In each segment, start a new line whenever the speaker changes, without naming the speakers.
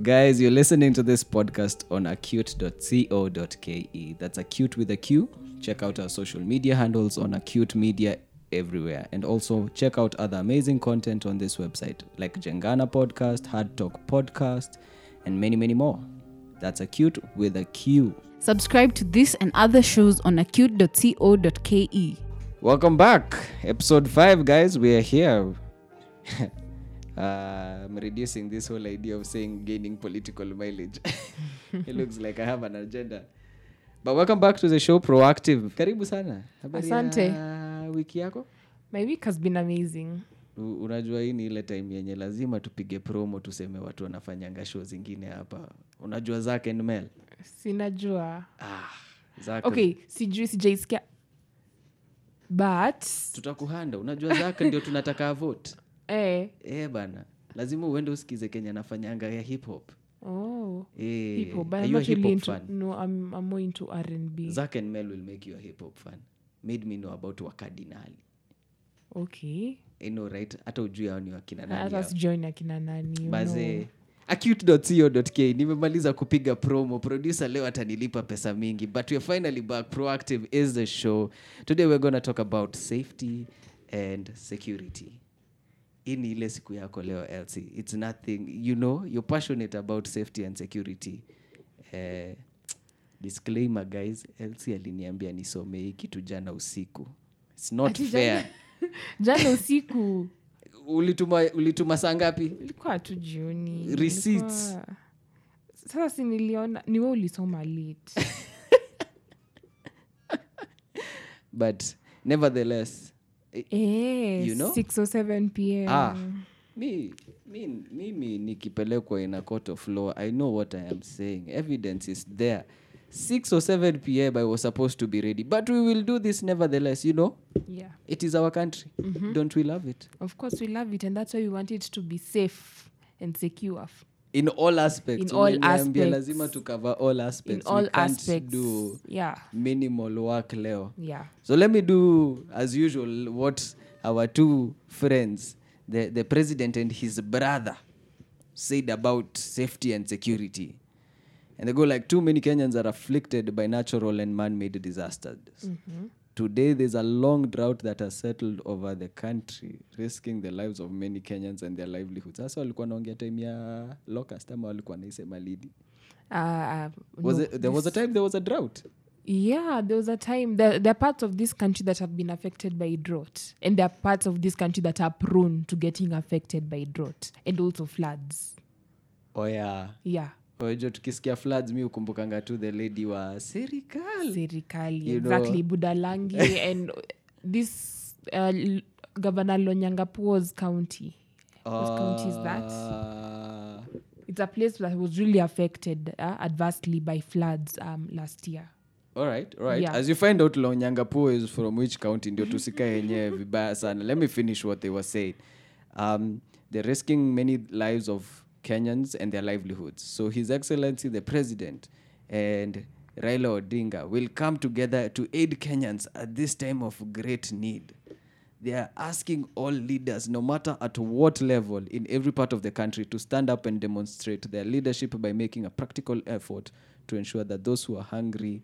Guys, you're listening to this podcast on acute.co.ke. E. That's acute with a Q. Check out our social media handles on acute media everywhere. And also check out other amazing content on this website, like Jengana Podcast, Hard Talk Podcast, and many, many more. That's acute with a Q.
Subscribe to this and other shows on acute.co.ke.
Welcome back. Episode 5, guys. We are here. uh, I'm reducing this whole idea of saying gaining political mileage. it looks like I have an agenda. But welcome back to the show Proactive. Karibu sana. Habari ya Wiki yako?
my week has been amazing
U- Unajua hii ni ile time yenye lazima tupige promo tuseme watu wanafanyanga show zingine hapa. Unajua Zack and Mel?
sinajua
Ah, Zack.
okay sijui sijaisikia but
Tutakuhanda. Unajua Zack ndio tunataka vote.
eh,
Eh bana. Lazima uende usikize Kenya anafanyanga ya hip hop.
oh
Eh,
hip hop, but
are
I'm
you a
not
hip
really
hop
into,
fan?
no I'm, I'm more into R&B
Zack and Mel will make you a hip hop fan. Made me know about wakardinali.
okay
I know right? Hata ujui hao ni wakina nani.
hata
hao.
sijaona kina nani you know.
baze acute.co.k nimemaliza kupiga promo producer leo atanilipa pesa mingi but we're finally back proactive is the show today we're gonna talk about safety and security hii ni ile siku yako leo elsi it's nothing you know you're passionate about safety and security eh, disclaimer guys elsi aliniambia nisome hii kitu jana usiku it's not
Ati
fair
jana- jana usiku
ulituma, ulituma saa ngapi
ilikuwa tu jioni
Receipts.
ilikuwa- sasa si niliona niwe ulisoma late
but nevertheless eh,
eh,
You know?
6 or 7 pm
ah, mi, mi, mimi nikipelekwa in a court of law i know what i am saying evidence is there 6 or 7 pm i was supposed to be ready but we will do this nevertheless you know
yeah
it is our country
Mm-hmm.
don't we love it
of course we love it and that's why we want it to be safe and secure f-
in all aspects
In all
Umeniambia
aspects.
lazima to cover all
in
aspects
all
we can't
aspects
do
yeah
minimal work leo
yeah
So let me do, as usual, what our two friends, the, the president and his brother, said about safety and security. And they go like, too many Kenyans are afflicted by natural and man made disasters. Today, there's a long drought that has settled over the country, risking the lives of many Kenyans and their livelihoods. Sasa walikuwa naongea time ya locust ama walikuwa naisema lidi.
uh,
Was it, there was a time there was a drought.
yeah there was a time there, there are parts of this country that have been affected by drought and there are parts of this country that are prone to getting affected by drought and also floods
Oh yeah.
yeah
Kwa hivyo tukisikia floods mi hukumbukanga tu the lady wa serikali
serikali
You know-
exactly budalangi and this uh, L- governor lonyangapuo's county Whose county is
Uh,
that
Ah,
It's a place that was really affected uh, adversely by floods um, last year.
alright, alright.
Yeah.
as you find out lonyangapuo is from which county ndio tusika yenyewe vibaya sana let me finish what they were saying um, they're risking many lives of kenyans and their livelihoods so his excellency the president and raila odinga will come together to aid kenyans at this time of great need They are asking all leaders, no matter at what level in every part of the country, to stand up and demonstrate their leadership by making a practical effort to ensure that those who are hungry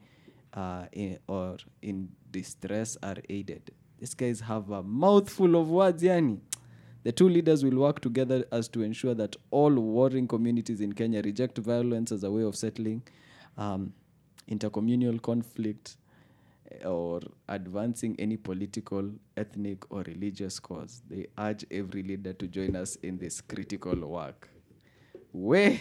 uh, in, or in distress are aided. These guys have a mouthful of words, Yani. The two leaders will work together as to ensure that all warring communities in Kenya reject violence as a way of settling um, intercommunal conflict eh, or advancing any political, ethnic, or religious cause. They urge every leader to join us in this critical work. We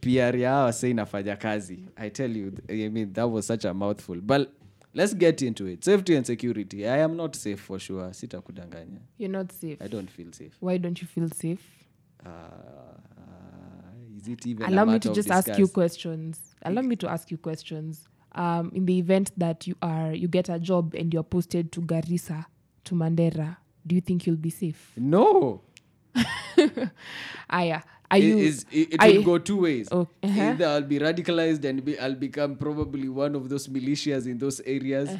PR yao say inafanya kazi. I tell you, th- I mean, that was such a mouthful. But let's get into it. Safety and security. I am not safe for sure. Sita kudanganya.
You're not safe.
I don't feel safe.
Why don't you feel safe?
Uh, ah, is it even a
Allow me
matter
to
of
just ask you
discuss?
questions. Allow me to ask you questions. Um, in the event that you are you get a job and you're posted to Garissa, to Mandera, do you think you'll be safe?
No.
Aya, are
It-
you?
is- it, it
are
will
you-
go two ways.
Oh, uh-huh.
Either I'll be radicalized and be, I'll become probably one of those militias in those
Uh-huh.
areas,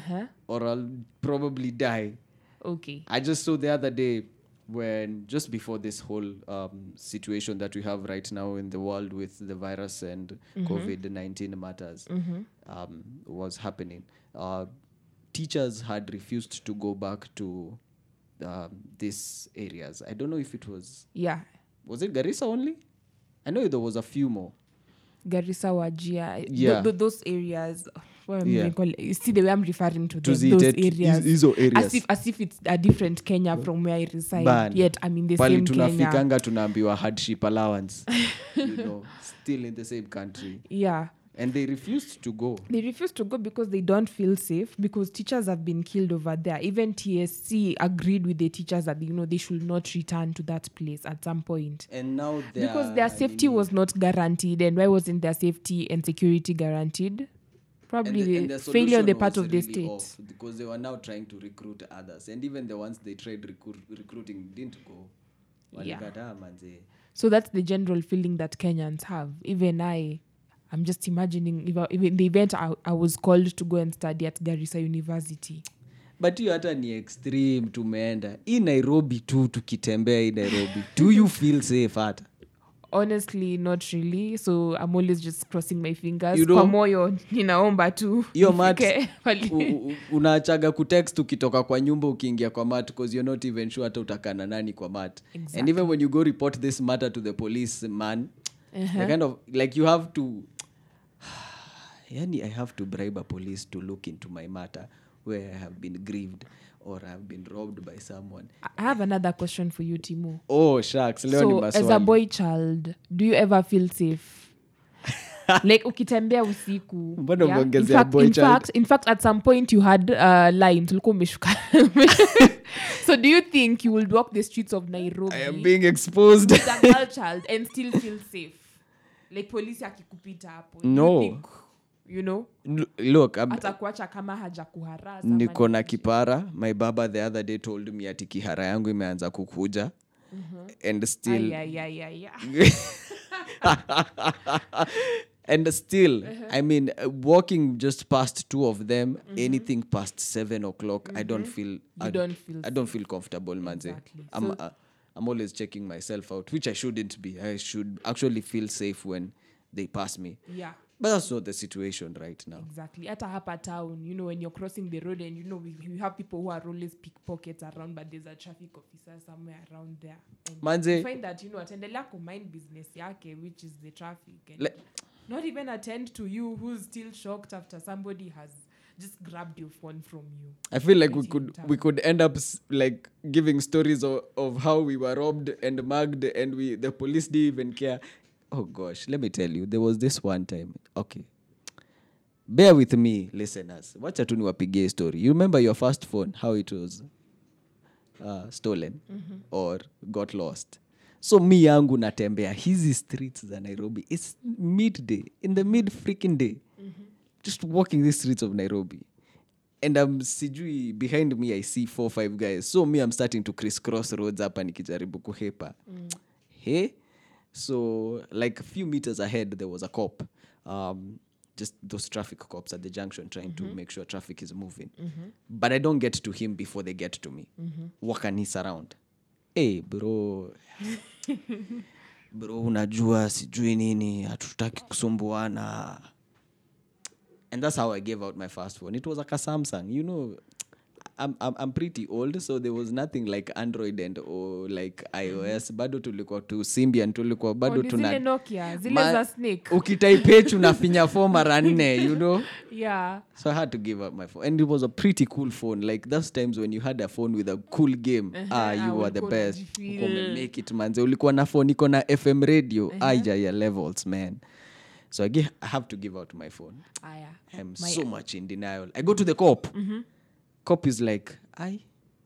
or I'll probably die.
okay.
I just saw the other day when just before this whole um, situation that we have right now in the world with the virus and
Mm-hmm.
COVID 19 matters um, was happening, uh, teachers had refused to go back to um, these areas. I don't know if it was,
yeah
was it Garissa only? I know there was a few more.
garissa wajia th-
Yeah.
th- those areas what am I
Yeah.
call- you see the way i'm referring to them, those
Tuziite tu-
areas
hizo
As
areas
if, as if it's a different kenya from where i reside
Ban.
yet i'm in the
pale
same kenya
tunafikanga tunaambiwa hardship allowance you know still in the same country
yeah
and they refused to go
they refuse to go because they don't feel safe because teachers have been killed over there even tsc agreed with the teachers that you know they should not return to that place at some point
and now they
because
are
their safety
in-
was not guaranteed and why wasn't their safety and security guaranteed
and
probably
the-
the,
and their
failure on the
solution
part
was
of the
really
state
off because they were now trying to recruit others and even the ones they tried recruit, recruiting didn't go
Yeah.
Walikataa manze.
so that's the general feeling that kenyans have even i i'm just imagining if, I, if in the event I, I was called to go and study at garissa university
but hiyo hata ni extreme tumeenda hii nairobi tu tukitembea hii nairobi do you feel safe hata
honestly not really so i'm always just crossing my fingers
You know-
kwa moyo ninaomba tu
hiyo mat
nifike pale.
u- u- unaachaga kutext ukitoka kwa nyumba ukiingia kwa mat because you're not even sure hata utakana nani kwa mat and even when you go report this matter to the police man
Uh-huh.
the kind of like you have to yani i have to bribe a police to look into my matter where i have been grieved or i have been robbed by someone
i have another question for you timu
oh sharks leo ni
so as a
maswali
boy child do you ever feel safe like ukitembea usiku
Mbona
yeah? in,
umeongezea
fact,
boy
in,
child?
fact, in fact at some point you had uh, lines ulikuwa umeshuka so do you think you will walk the streets of nairobi
i am being exposed
as a girl child and still feel safe like polisi akikupita hapo do you
No.
think, you know
L- look I'm,
atakuacha kama hajakuharasa ama
niko na kipara my baba the other day told me ati kihara yangu imeanza kukuja
Mm-hmm.
and still
Ay, ay, ay, ay,
Mm.
ay.
and still
Uh-huh.
i mean uh, walking just past two of them anything past seven o'clock i don't feel I,
Mm-hmm. don't feel
i don't feel comfortable manze
Exactly.
i'm uh, i'm always checking myself out which i shouldn't be i should actually feel safe when they pass me
yeah
but that's not the situation right now
exactly hata hapa town you know when you're crossing the road and you know we, we have people who are always pickpockets around but there's a traffic officer somewhere around there and
Manze-
you find that you know ataendelea kumind business yake which is the traffic and
Le-
not even attend to you who's still shocked after somebody has just grabbed your phone from you
I feel like we
Waiting
could
time.
we could end up s- like giving stories of, of how we were robbed and mugged and we the police didn't even care. Oh gosh, let me tell you, there was this one time. Okay. Bear with me, listeners. Wacha tu niwapigie story. You remember your first phone, how it was uh, stolen or got lost. So mi yangu natembea hizi streets za Nairobi. It's midday, in the mid freaking day. Just walking these streets of Nairobi. And I'm sijui behind me I see four five guys. So me I'm starting to crisscross roads hapa nikijaribu kuhepa. Hey. So like a few meters ahead there was a cop. Um, just those traffic cops at the junction trying to make sure traffic is moving. But I don't get to him before they get to me. Wakanis around. Hey, bro. bro, unajua sijui nini, hatutaki kusumbuana. And that's how I gave out my first phone. It was like a Samsung. You know, I'm, I'm, I'm pretty old, so there was nothing like Android and or like iOS. Bado tulikuwa tu Symbian, tulikuwa bado
Oh, ni
tuna
zile nokia zile
Ma-
za snake
ukitaipechi unafinya fo mara nne you know
yeah
so i had to give up my phone and it was a pretty cool phone like those times when you had a phone with a cool game ah
ah,
you were the
ulikuwa
best
unajifeel.
Ulikuwa umemake it manze ulikuwa na phone iko na fm radio uh ya levels man so I, gi- i have to give out my phone
aya
I'm so much in denial. I go to the cop.
Mhm.
Cop is like, "Ai,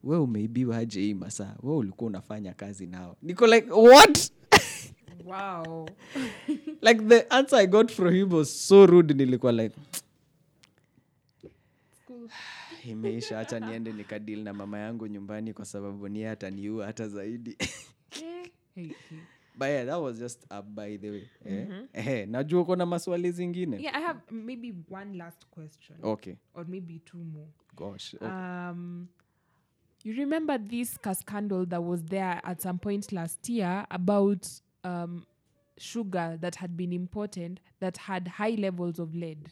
we umeibiwa aje hii masaa? We ulikuwa unafanya kazi nao." Niko like, "What?"
wow
like the answer I got from him was so rude. Nilikuwa like, imeisha, hacha niende nikadil na mama yangu nyumbani kwa sababu ni yeye ataniua hata zaidi.
Eh, eh, eh.
but yeah, that was just a by the way. Eh? Ehe, najua uko na maswali zingine.
Mm-hmm. yeah i have maybe
Oh.
one last question
Okay, Oh,
or maybe two more
gosh.
um You remember this ca- scandal that was there at some point last year about um, sugar that had been imported that had high levels of lead,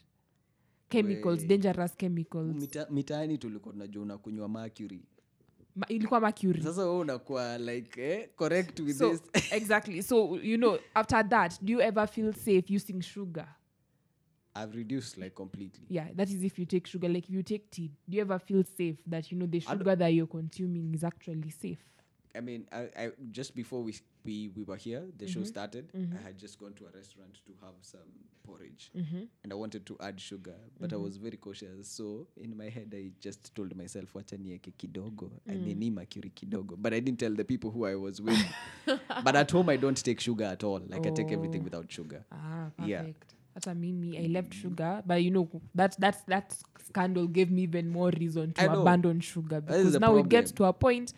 chemicals,
Wee.
dangerous chemicals.
Mita- mitaani tulikuwa tunajua unakunywa mercury
Ma, ilikuwa mercury.
sasa wewe unakuwa like eh, correct with
so
this
exactly so you know after that do you ever feel safe using sugar
i've reduced like completely
yeah that is if you take sugar like if you take tea do you ever feel safe that you know the
don't-
sugar that you're consuming is actually safe
i mean i, I just before we, we we were here the
Mm-hmm.
show started i had just gone to a restaurant to have some porridge
Mm-hmm.
and i wanted to add sugar but i was very cautious so in my head i just told myself wacha nieke kidogo i mean
Mm-hmm.
ni mercury kidogo but i didn't tell the people who i was with but at home i don't take sugar at all like i take
Oh.
everything without sugar
ah perfect
Yeah.
Hata mimi i left sugar but you know that that that scandal gave me even more reason
I
to
know.
abandon sugar
That is
because
the
now it gets
problem.
to a point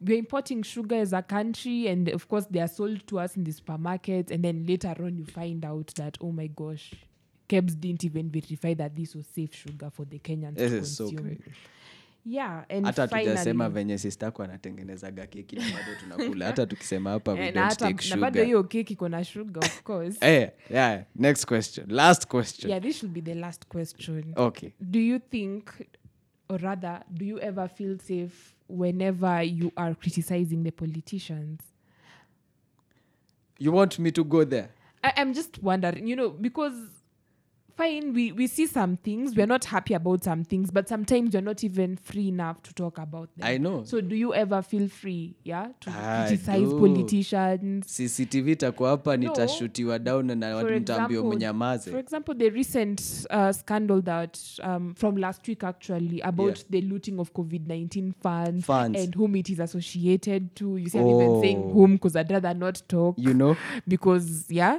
we're importing sugar as a country and of course they are sold to us in the supermarkets and then later on you find out that oh my gosh kebs didn't even verify that this was safe sugar for the kenyans
this
to
is so
consume.
great
yeah and
hata tujasema
finally,
venye sistako anatengenezaga keki na bado tunakula hata tukisema hapa we
eh, na
don't
hata-
take
na bado
sugar
hiyo cake iko na sugar of course
Eh, yeah, next question last question
yeah this should be the last question
okay
do you think or rather do you ever feel safe whenever you are criticizing the politicians
you want me to go there
I, i'm just wondering you know because fine we, we see some things we're not happy about some things but sometimes you're not even free enough to talk about them
I know.
so do you ever feel free yeah to
I
criticize
do.
politicians
cctv itakuwa hapa nitashutiwa down na
for
watu nitaambia
example- for
mnyamaze
example, the recent uh, scandal that um, from last week actually about the looting of COVID nineteen funds,
Funds.
and whom it is associated to. You see, I'm
Oh.
even saying whom because I'd rather not talk
you know
because yeah.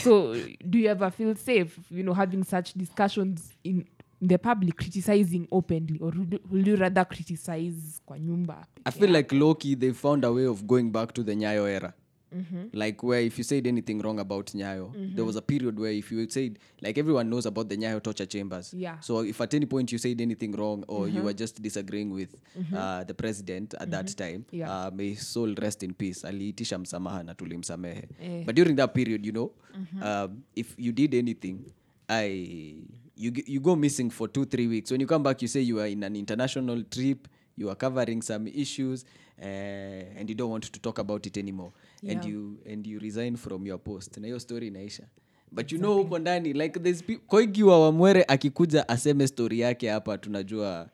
So do you ever feel safe, you know, having such discussions in the public, criticizing openly, or would would you rather criticize kwa nyumba?
i feel like loki they found a way of going back to the nyayo era
Mm-hmm.
like where if you said anything wrong about nyayo there was a period where if you said like everyone knows about the nyayo torture chambers
Yeah.
so if at any point you said anything wrong or
Mm-hmm.
you were just disagreeing with uh, the president at that time
Yeah.
uh, may his soul rest in peace aliitisha msamaha na tulimsamehe
Eh.
but during that period you know
Mm-hmm.
um, if you did anything i you, g- you go missing for two three weeks when you come back you say you are in an international trip you are covering some issues uh, and you don't want to talk about it anymore and
Yeah.
you and you resign from your post na hiyo story inaisha but you know huko ndani like there's pe- koigi wa wamwere akikuja aseme story yake hapa tunajua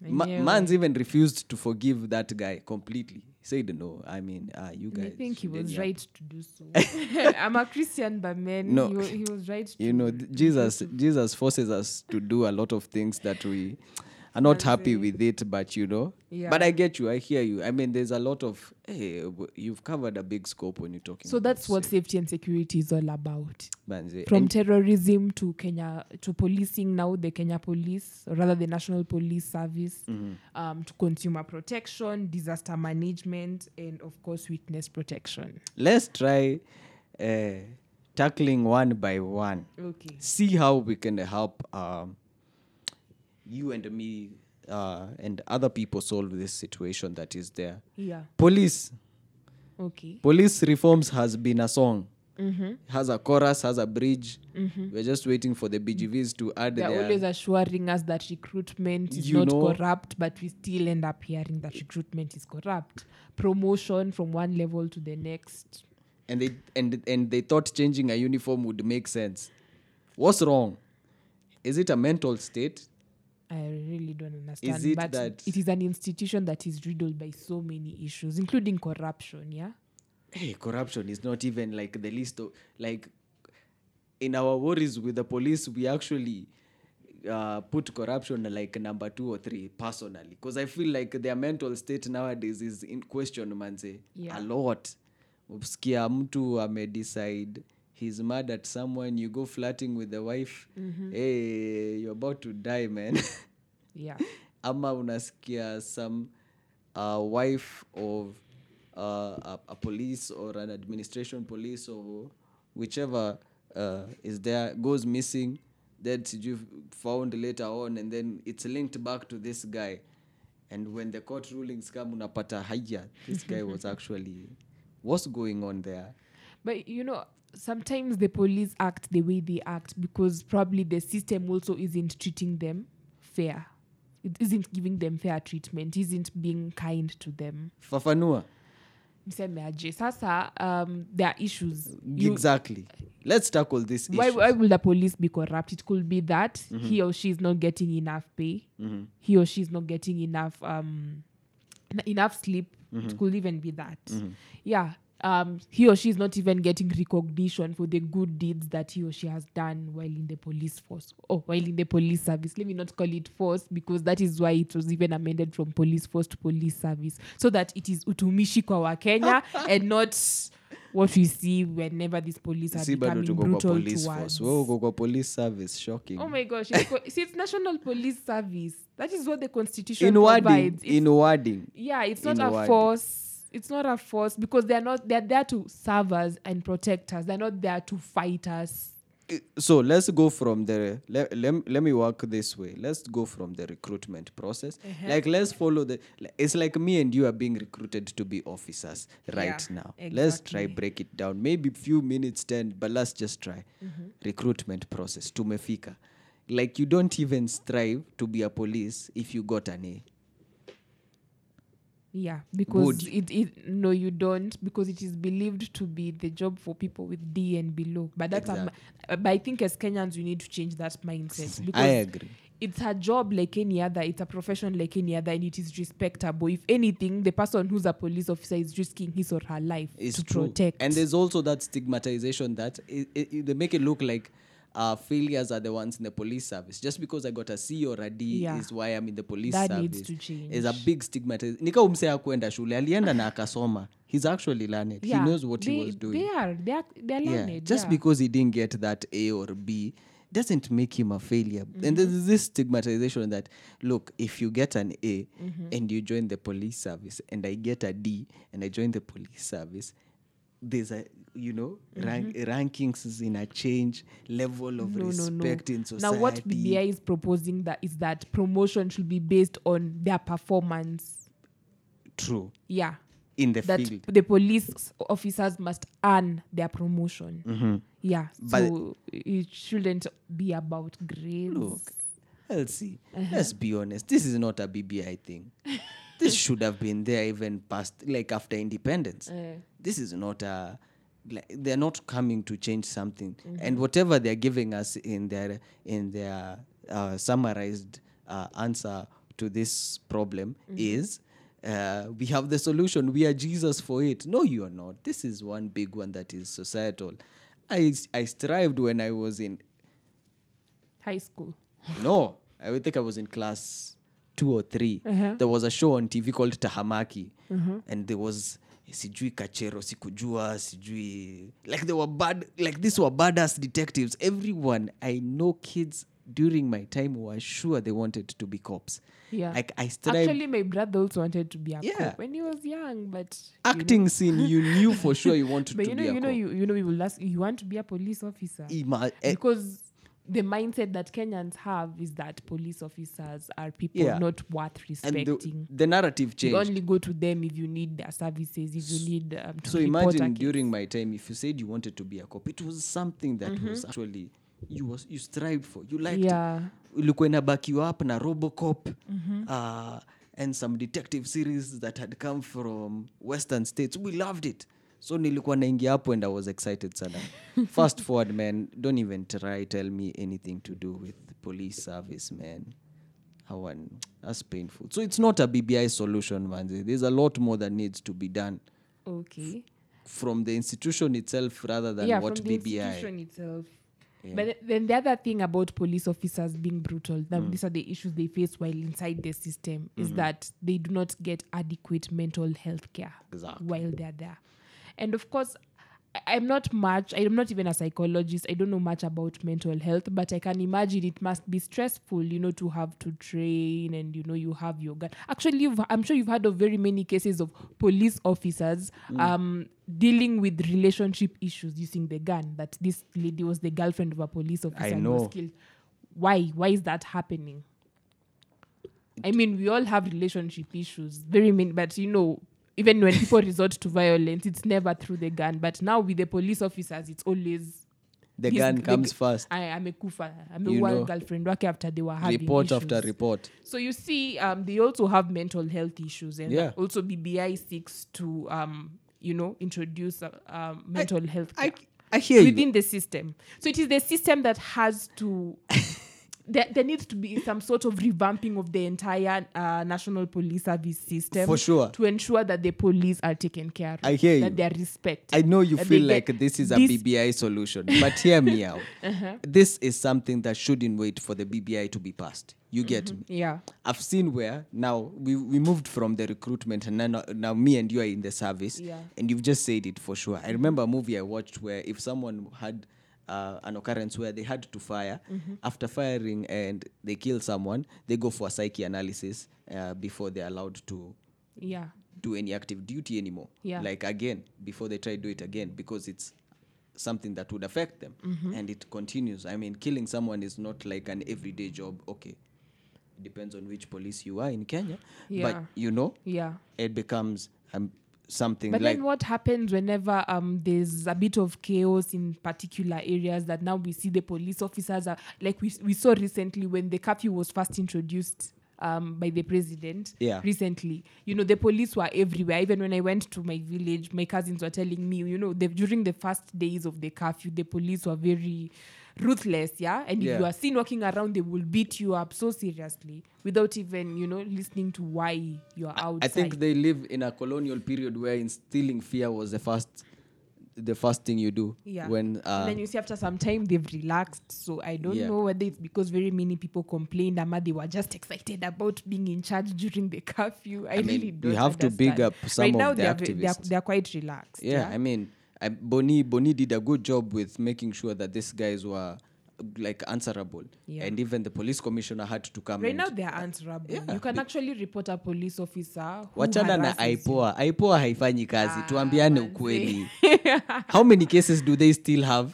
Ma-
Enyewe.
man's even refused to forgive that guy completely he said no i mean uh, you
And
guys
I think he was
shouldn't-
right to do so. I'm a Christian, but man,
No.
he, wa- he was right to
you know th- jesus jesus forces us to do a lot of things that we are not happy with it but you know
Yeah.
but i get you i hear you i mean there's a lot of hey, w- you've covered a big scope when you're talking
So
about
that's what safety and security is all about.
Manze.
From
And
terrorism to Kenya to policing now the Kenya police, or rather the National Police Service,
Mm-hmm.
um, to consumer protection, disaster management, and of course witness protection.
let's try uh, tackling one by one
Okay.
see how we can help um, you and me uh, and other people solve this situation that is there.
Yeah.
Police,
Okay.
police reforms has been a song. Has a chorus, has a bridge. We're just waiting for the BGVs to add
They're
their.
always assuring us that recruitment is
You
not
know-
corrupt, but we still end up hearing that recruitment is corrupt. Promotion from one level to the next.
and they and and they thought changing a uniform would make sense. What's wrong? Is it a mental state?
I really don't understand.
it
but
that-
it is an institution that is riddled by so many issues, including corruption. Yeah.
hey, corruption is not even like the list of like in our worries with the police we actually uh, put corruption like number two or three personally because i feel like their mental state nowadays is in question manze
Yeah.
a lot msikia mtu amedecide he's mad at someone you go flirting with the wife hey, you're about to die man
Yeah.
ama unasikia some uh, wife of uh, a, a police or an administration police or whichever uh, is there goes missing that you found later on and then it's linked back to this guy and when the court rulings come unapata haya this guy was actually what's going on there
But you know, sometimes the police act the way they act because probably the system also isn't treating them fair. It isn't giving them fair treatment, isn't being kind to them.
fafanua
Msemeaje. Sasa, um, there are issues. You-
exactly let's tackle this issue
why, why will the police be corrupt? It could be that
Mm-hmm.
he or she is not getting enough pay. He or she is not getting enough um, n- enough sleep.
Mm-hmm.
It could even be that. Yeah. Um, he or she is not even getting recognition for the good deeds that he or she has done while in the police force or while in the police service. Let me not call it force because that is why it was even amended from police force to police service so that it is utumishi kwa Wakenya and not what we see whenever these police are
si bado
becoming
tuko kwa
brutal
police
towards.
force wewe uko kwa police service shocking
Oh my gosh! It's, co- see, it's National Police Service. That is what the Constitution
in wording
provides. It's-
in wording
yeah, it's not
in
a
wording.
force. It's not a force because they're not. They're there to serve us and protect us. They're not there to fight us.
so let's go from the let, let, let me work this way let's go from the recruitment process
Uh-huh.
like let's follow the li- it's like me and you are being recruited to be officers right
Yeah,
now let's try
exactly.
break it down maybe few minutes 10 but let's just try
Mm-hmm.
recruitment process tumefika like you don't even strive to be a police if you got an a
Yeah, because
Would-
it, it no, you don't because it is believed to be the job for people with D and below. But that's a, mi- uh, but I think as Kenyans we need to change that mindset because
i agree
it's a job like any other it's a profession like any other and it is respectable if anything the person who's a police officer is risking his or her life
is
to
true.
protect
And there's also that stigmatization that i i i- they make it look like uh, failures are the ones in the police service. Just because I got a C or a D
Yeah.
is why I'm in the police
That
service.
needs to change.
There's a big stigmatization. Nika umse hakuenda shule, alienda na akasoma. He's actually learned.
Yeah,
he knows what
they,
he was doing.
they are they are they're
yeah.
learned
Just
yeah.
because he didn't get that A or B doesn't make him a failure.
Mm-hmm.
And there's this stigmatization that look, if you get an A
Mm-hmm.
and you join the police service and I get a D and I join the police service, there's a you know,
Mm-hmm.
rank, rankings is in a change, level of respect in
Now,
society.
what BBI is proposing that is that promotion should be based on their performance.
True.
Yeah,
In the
that
field.
the police officers must earn their promotion. Yeah,
Mm-hmm. But-
so it shouldn't be about grades.
Look, let's see.
Uh-huh.
Let's be honest. This is not a BBI thing. this should have been there even past, like after independence.
Uh,
This is not a. Like, they're not coming to change something, and whatever they're giving us in their in their uh, summarized uh, answer to this problem is. Uh, we have the solution. We are Jesus for it. No, you are not. This is one big one that is societal. I, I strived when I was in
High school.
no, I would think I was in class two or 3
Uh-huh.
There was a show on TV called Tahamaki, and there was sijui kachero sikujua sijui like they were bad like these were badass detectives everyone i know kids during my time were sure they wanted to be cops
Yeah.
like i strived
Actually, my brother also wanted to be a
Yeah.
cop when he was young, but
acting scene you knew for sure you wanted
but
to
you know,
be a
you know,
cop
you, you know, you will ask, you want to be a police officer
Ima- eh,
because the mindset that Kenyans have is that police officers are people
Yeah.
not worth
and the,
respecting.
the narrative
You
changed
only go to them if you need their services, if you need um, to
so
report a
imagine
case.
during my time if you said you wanted to be a cop it was something that was actually you was you strived for you liked
Mm-hmm. Yeah. Mm-hmm.
it ulikuwa inabakiwa up na robocop uh, and some detective series that had come from western states we loved it so nilikuwa naingia hapo and i was excited sana fast forward man don't even try tell me anything to do with police service man Hawan, that's painful so it's not a bbi solution manzi there's a lot more that needs to be done
okay.
from the institution itself rather than
yeah,
what
from the
BBI.
institution itself. But th- then the other thing about police officers being brutal, that
Mm.
these are the issues they face while inside the system, is
Mm-hmm.
that they do not get adequate mental health care
Exactly.
while they're there. And of course, I- I'm not much, I'm not even a psychologist. I don't know much about mental health, but I can imagine it must be stressful, you know, to have to train and, you know, you have your gun. Actually, you've, I'm sure you've heard of very many cases of police officers um, dealing with relationship issues using the gun, that this lady was the girlfriend of a police officer
I
and was
know.
killed. Why? Why is that happening? I mean, we all have relationship issues, very mean, but you know, even when people resort to violence, it's never through the gun. But now with the police officers, it's always
the
This-
gun
the
comes
g-
first
I amekufa,
You
ameua
know.
girlfriend wake after they were having
report
issues.
after report
So you see, um, they also have mental health issues, and
Yeah.
also BBI seeks to, um, you know, introduce uh, um, mental health
i,
care
I hear you
within the system. So it is the system that has to. there, there needs to be some sort of revamping of the entire uh, national police service system
for sure
to ensure that the police are taken care of,
I hear
that
you.
they are respected.
I know you
Uh,
feel
they get-
like this is a
this- Uh-huh.
BBI solution, but hear me out. This is something that shouldn't wait for the BBI to be passed. You get me?
yeah,
I've seen where now we, we moved from the recruitment and now, now me and you are in the service
Yeah.
and you've just said it for sure. I remember a movie I watched where if someone had uh, an occurrence where they had to fire, after firing and they kill someone, they go for a psyche analysis uh, before they're allowed to
yeah,
do any active duty anymore.
Yeah.
Like again, before they try to do it again, because it's something that would affect them.
Mm-hmm.
And it continues. I mean, killing someone is not like an everyday job. Okay. Depends on which police you are in Kenya. But
Yeah.
you know,
yeah.
it becomes um, something
But
like
then what happens whenever um there's a bit of chaos in particular areas that now we see the police officers are like we, we saw recently when the curfew was first introduced um by the president
Yeah.
recently you know the police were everywhere even when i went to my village my cousins were telling me you know the, during the first days of the curfew the police were very ruthless yeah and if
Yeah.
you are seen walking around they will beat you up so seriously without even you know listening to why you are outside
I think they live in a colonial period where instilling fear was the first the first thing you do
Yeah.
when
and
uh,
then you see after some time they've relaxed so i don't
Yeah.
know whether it's because very many people complained ama they were just excited about being in charge during the curfew i,
mean,
really
we
don't
have to big
understand.
up some
right
of
now
the
they're, ve- they're,
activists.
they're quite relaxed
yeah, I mean, I, Boni Boni did a good job with making sure that these guys were like answerable,
Yeah.
and even the police commissioner had to come.
right
and-
now they're answerable
Yeah,
you can
be-
actually report a police officer who
wachana na
harasses you.
aipoa aipoa haifanyi kazi
Ah,
tuambiane
manze.
ukweli how many cases do they still have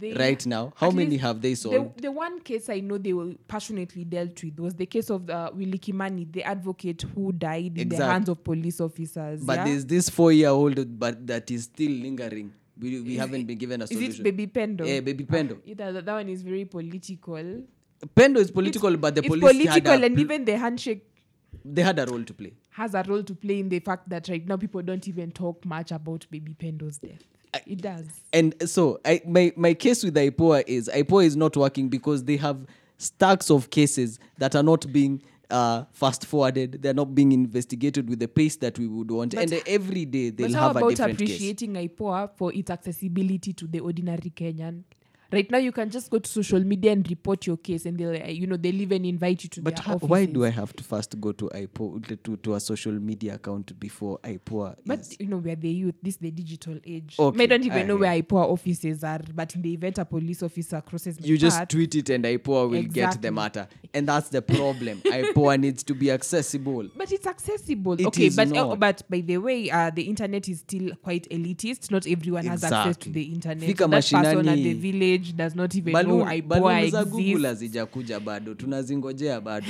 They-
right now how
at
many
least
have they
the,
solved
the one case I know they were passionately dealt with was the case of uh, Willie Kimani, the advocate who died in the
Exact.
hands of police officers.
but
yeah?
there's this four year old but that is still lingering we, we haven't been given a
Is
solution Eh,
it Baby Pendo?
Yeah, Baby Pendo.
Either that, that one is very political.
pendo is political but the
it's
police had
political,
a,
and even the handshake
they had a role to play
has a role to play in the fact that right now people don't even talk much about Baby Pendo's death. it does.
and so I, my, my case with IPOA is IPOA is not working because they have stacks of cases that are not being uh, fast forwarded. They're not being investigated with the pace that we would want. and every day they'll
but how
have a
about
different case.
appreciating IPOA for its accessibility to the ordinary Kenyan? Right now, you can just go to social media and report your case, and they'll, uh, you know, they'll even invite you to
But
their
ho-
offices.
why do I have to first go to IPOA to, to a social media account before IPOA?
But
is-
you know, we're the youth. This is the digital age.
Okay,
I don't even
I
know where IPOA offices are. But in the event a police officer crosses my
you just
path,
tweet it and IPOA will get
Exactly.
the matter. And that's the problem. IPOA needs to be accessible.
But it's accessible.
It
okay,
is
but uh,
not.
but by the way, uh, the internet is still quite elitist. Not everyone has access to
Exactly.
the internet.
Fika
that person at
mashinani-
the village does not even know I
Balloon- balloon za google
exists.
hazijakuja bado tunazingojea bado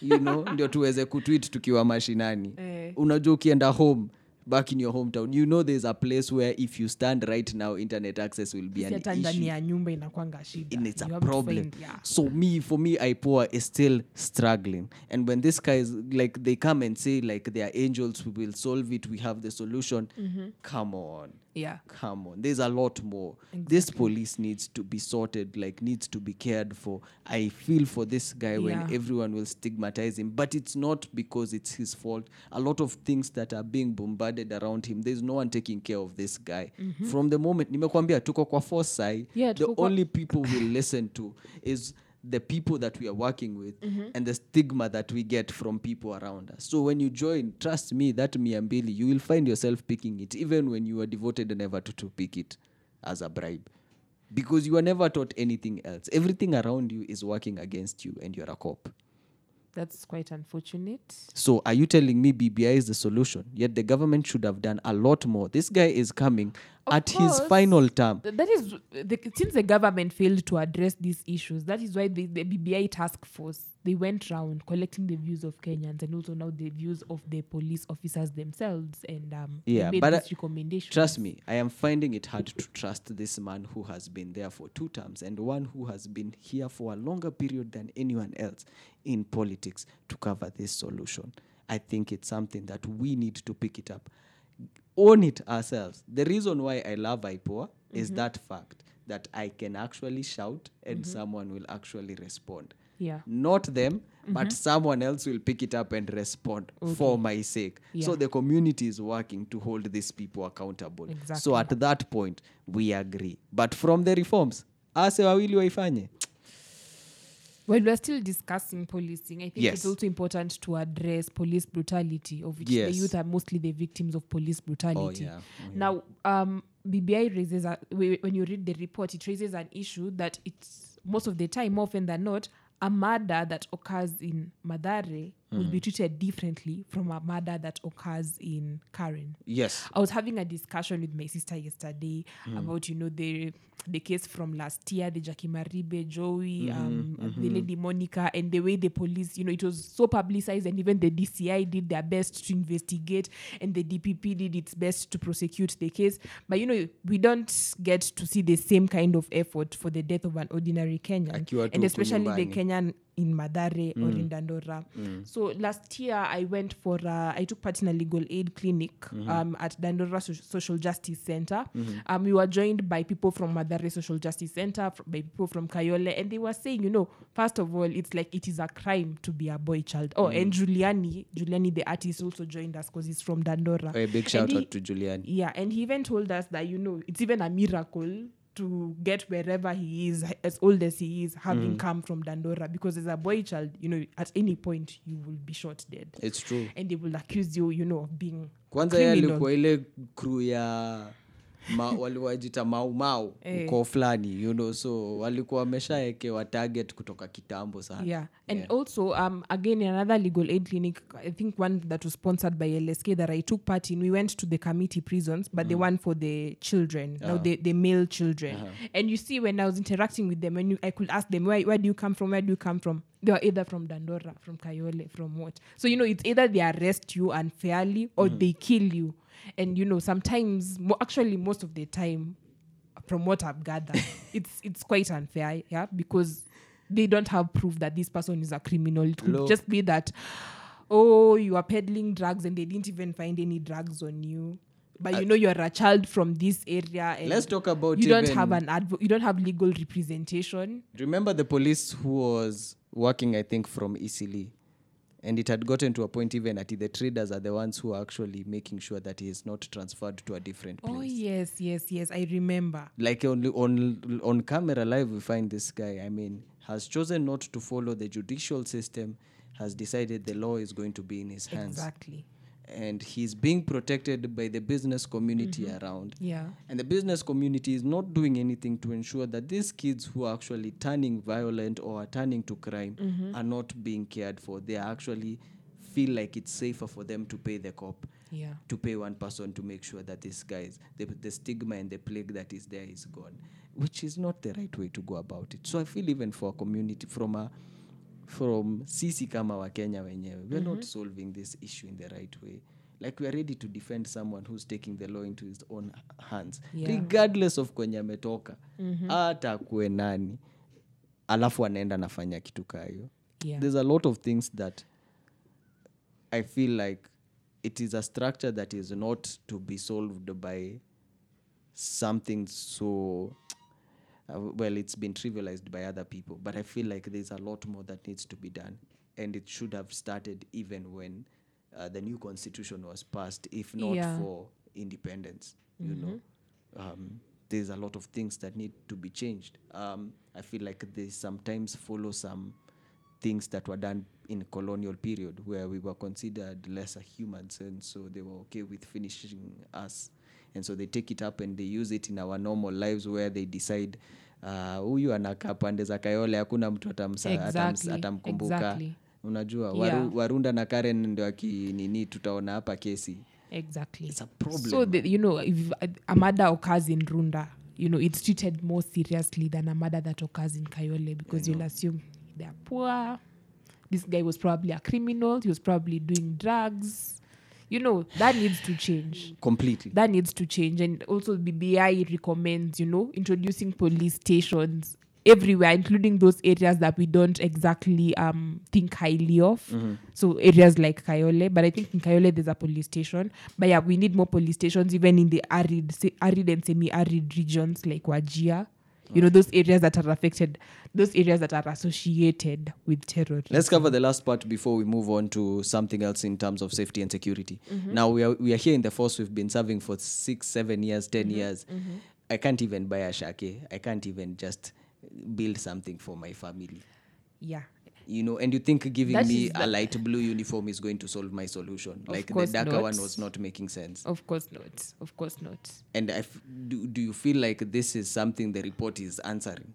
you know ndio tuweze kutwit tukiwa mashinani
Eh.
unajua ukienda home back in your hometown you know there's a place where if you stand right now internet access will be
Sasa
an
ndani
issue
ya nyumba inakwanga shida.
and it's a
You have to
problem
find- yeah.
so me for me ipoa is still struggling and when this guy is like they come and say like they are angels we will solve it we have the solution
Mm-hmm.
come on
Yeah.
come on there's a lot more this police needs to be sorted like needs to be cared for i feel for this guy when
Yeah.
everyone will stigmatize him but it's not because it's his fault a lot of things that are being bombarded around him there's no one taking care of this guy
Mm-hmm.
from the moment nimekwambia tuko kwa foresight
Yeah,
the
tuko kwa-
only people we listen to is the people that we are working with
Mm-hmm.
and the stigma that we get from people around us. So when you join, trust me, that miambili, you will find yourself picking it, even when you are devoted and never to, to pick it as a bribe. Because you are never taught anything else. Everything around you is working against you and you're a cop.
That's quite unfortunate.
So are you telling me BBI is the solution? Yet the government should have done a lot more. This guy is coming
Of
at his
course.
final term.
Th- that is the, since the government failed to address these issues that is why the, the bbi task force they went round collecting the views of kenyans and also now the views of the police officers themselves and um they
Yeah,
made
but
this
I-
recommendation
Trust me, I am finding it hard to trust this man who has been there for two terms and one who has been here for a longer period than anyone else in politics to cover this solution. I think it's something that we need to pick it up, own it ourselves. The reason why I love IPOA is that fact that I can actually shout and someone will actually respond.
yeah
Not them,
Mm-hmm.
but someone else will pick it up and respond for my sake. So
Yeah.
the community is working to hold these people accountable. So
Exactly.
at that point, we agree. But from the reforms, ase wawili waifanye.
While we're still discussing policing, I think
Yes.
it's also important to address police brutality, of which the
Yes.
youth are mostly the victims of police brutality.
yeah. Oh,
Now, um, BBI raises, a, whe- when you read the report, it raises an issue that it's most of the time, more often than not, a murder that occurs in Madare will
Mm-hmm.
be treated differently from a murder that occurs in Karen.
Yes.
I was having a discussion with my sister yesterday about you know the the case from last year, the Jackie Maribe, Joey, um, the lady Monica, and the way the police, you know, it was so publicized, and even the DCI did their best to investigate, and the DPP did its best to prosecute the case. But you know, we don't get to see the same kind of effort for the death of an ordinary Kenyan,
Akiwa tu
and
huko
especially the
nyumbani.
Kenyan in Madare or
Mm.
in Dandora. So last year I went for uh, I took part in a legal aid clinic
Mm-hmm.
um, at Dandora so- Social Justice Center. Um, we were joined by people from Madare Social Justice Center, fr- by people from Kayole, and they were saying, you know, first of all, it's like it is a crime to be a boy child. Oh,
Mm.
and Giuliani, Giuliani the artist also joined us because he's from Dandora.
A big
And
shout
he-
out to Julian.
yeah, and he even told us that you know it's even a miracle to get wherever he is, as old as he is, having come from Dandora, because as a boy child, you know, at any point you will be shot dead,
It's true.
and they will accuse you, you know, of being
Kwanza yeye
criminal.
alikuwa ile crew ya ma, waliwajita maumau
Eh.
ukoo fulani you know so walikuwa wameshaekewa target kutoka kitambo sana
Yeah. And also, um, again, another legal aid clinic, I think one that was sponsored by LSK that I took part in, we went to the committee prisons, but the one for the children, no, the, the male children. And you see, when I was interacting with them, and you, I could ask them, where, where do you come from? Where do you come from? They are either from Dandora, from Kayole, from what? So, you know, it's either they arrest you unfairly or they kill you. And, you know, sometimes, mo- actually, most of the time, from what I've gathered, it's it's quite unfair, yeah, because they don't have proof that this person is a criminal. It could
Look.
just be that, oh, you are peddling drugs and they didn't even find any drugs on you. But you know you're a child from this area and
Uh, Let's talk about
you don't
even-
have an advo- you don't have legal representation.
remember the police who was working i think from E ecl and it had gotten to a point even that the traders are the ones who are actually making sure that he is not transferred to a different place
Oh yes, yes, yes. I remember.
like on, on on camera live we find this guy i mean has chosen not to follow the judicial system has decided the law is going to be in his hands
Exactly.
and he's being protected by the business community around
Yeah.
and the business community is not doing anything to ensure that these kids who are actually turning violent or are turning to crime are not being cared for. They are actually feel like it's safer for them to pay the cop,
Yeah.
to pay one person to make sure that these guys, the, the stigma and the plague that is there is gone, which is not the right way to go about it. So I feel even for a community from a from sisi kama wakenya wenyewe we're
Mhm.
not solving this issue in the right way like weare ready to defend someone who's taking the law into his own hands
Yeah. Mhm.
regardless of kwenye ametoka hata mm kuwe nani alafu anaenda anafanya kitu kayo
Yeah.
there's a lot of things that i feel like it is a structure that is not to be solved by something so uh, well it's been trivialized by other people but i feel like there's a lot more that needs to be done and it should have started even when uh, the new constitution was passed if not
Yeah.
for independence you know um, there's a lot of things that need to be changed um, i feel like they sometimes follow some things that were done in colonial period where we were considered lesser humans and so they were okay with finishing us and so they take it up and they use it in our normal lives where they decide uh, huyu anakaa pande za kayole hakuna mtu atamsa- atams-
Exactly,
atamkumbuka
exactly.
unajua
Yeah.
waru, warunda na karen ndio akinini tutaona hapa kesi
Exactly.
It's a problem.
So, the, you know, if a murder occurs in Runda, you know, it's treated more seriously than a murder that occurs in Kayole because you'll assume they're poor. This guy was probably a criminal. He was probably doing drugs. You know, that needs to change.
completely.
That needs to change. And also, BBI recommends, you know, introducing police stations everywhere, including those areas that we don't exactly um, think highly of.
Mm-hmm.
So, areas like Kayole. But I think in Kayole, there's a police station. But yeah, we need more police stations, even in the arid, se- arid and semi arid regions like Wajia. You know, those areas that are affected, those areas that are associated with terror.
Let's cover the last part before we move on to something else in terms of safety and security.
Mm-hmm.
Now we are we are here in the force. We've been serving for six, seven years, 10
Mm-hmm.
years. I can't even buy a shake. I can't even just build something for my family.
Yeah.
You know, and you think giving
That
me
is
a light blue uniform is going to solve my solution? Like the
course
darker
not.
one was not making sense.
Of course not. Of course not.
And I f- do, do you feel like this is something the report is answering?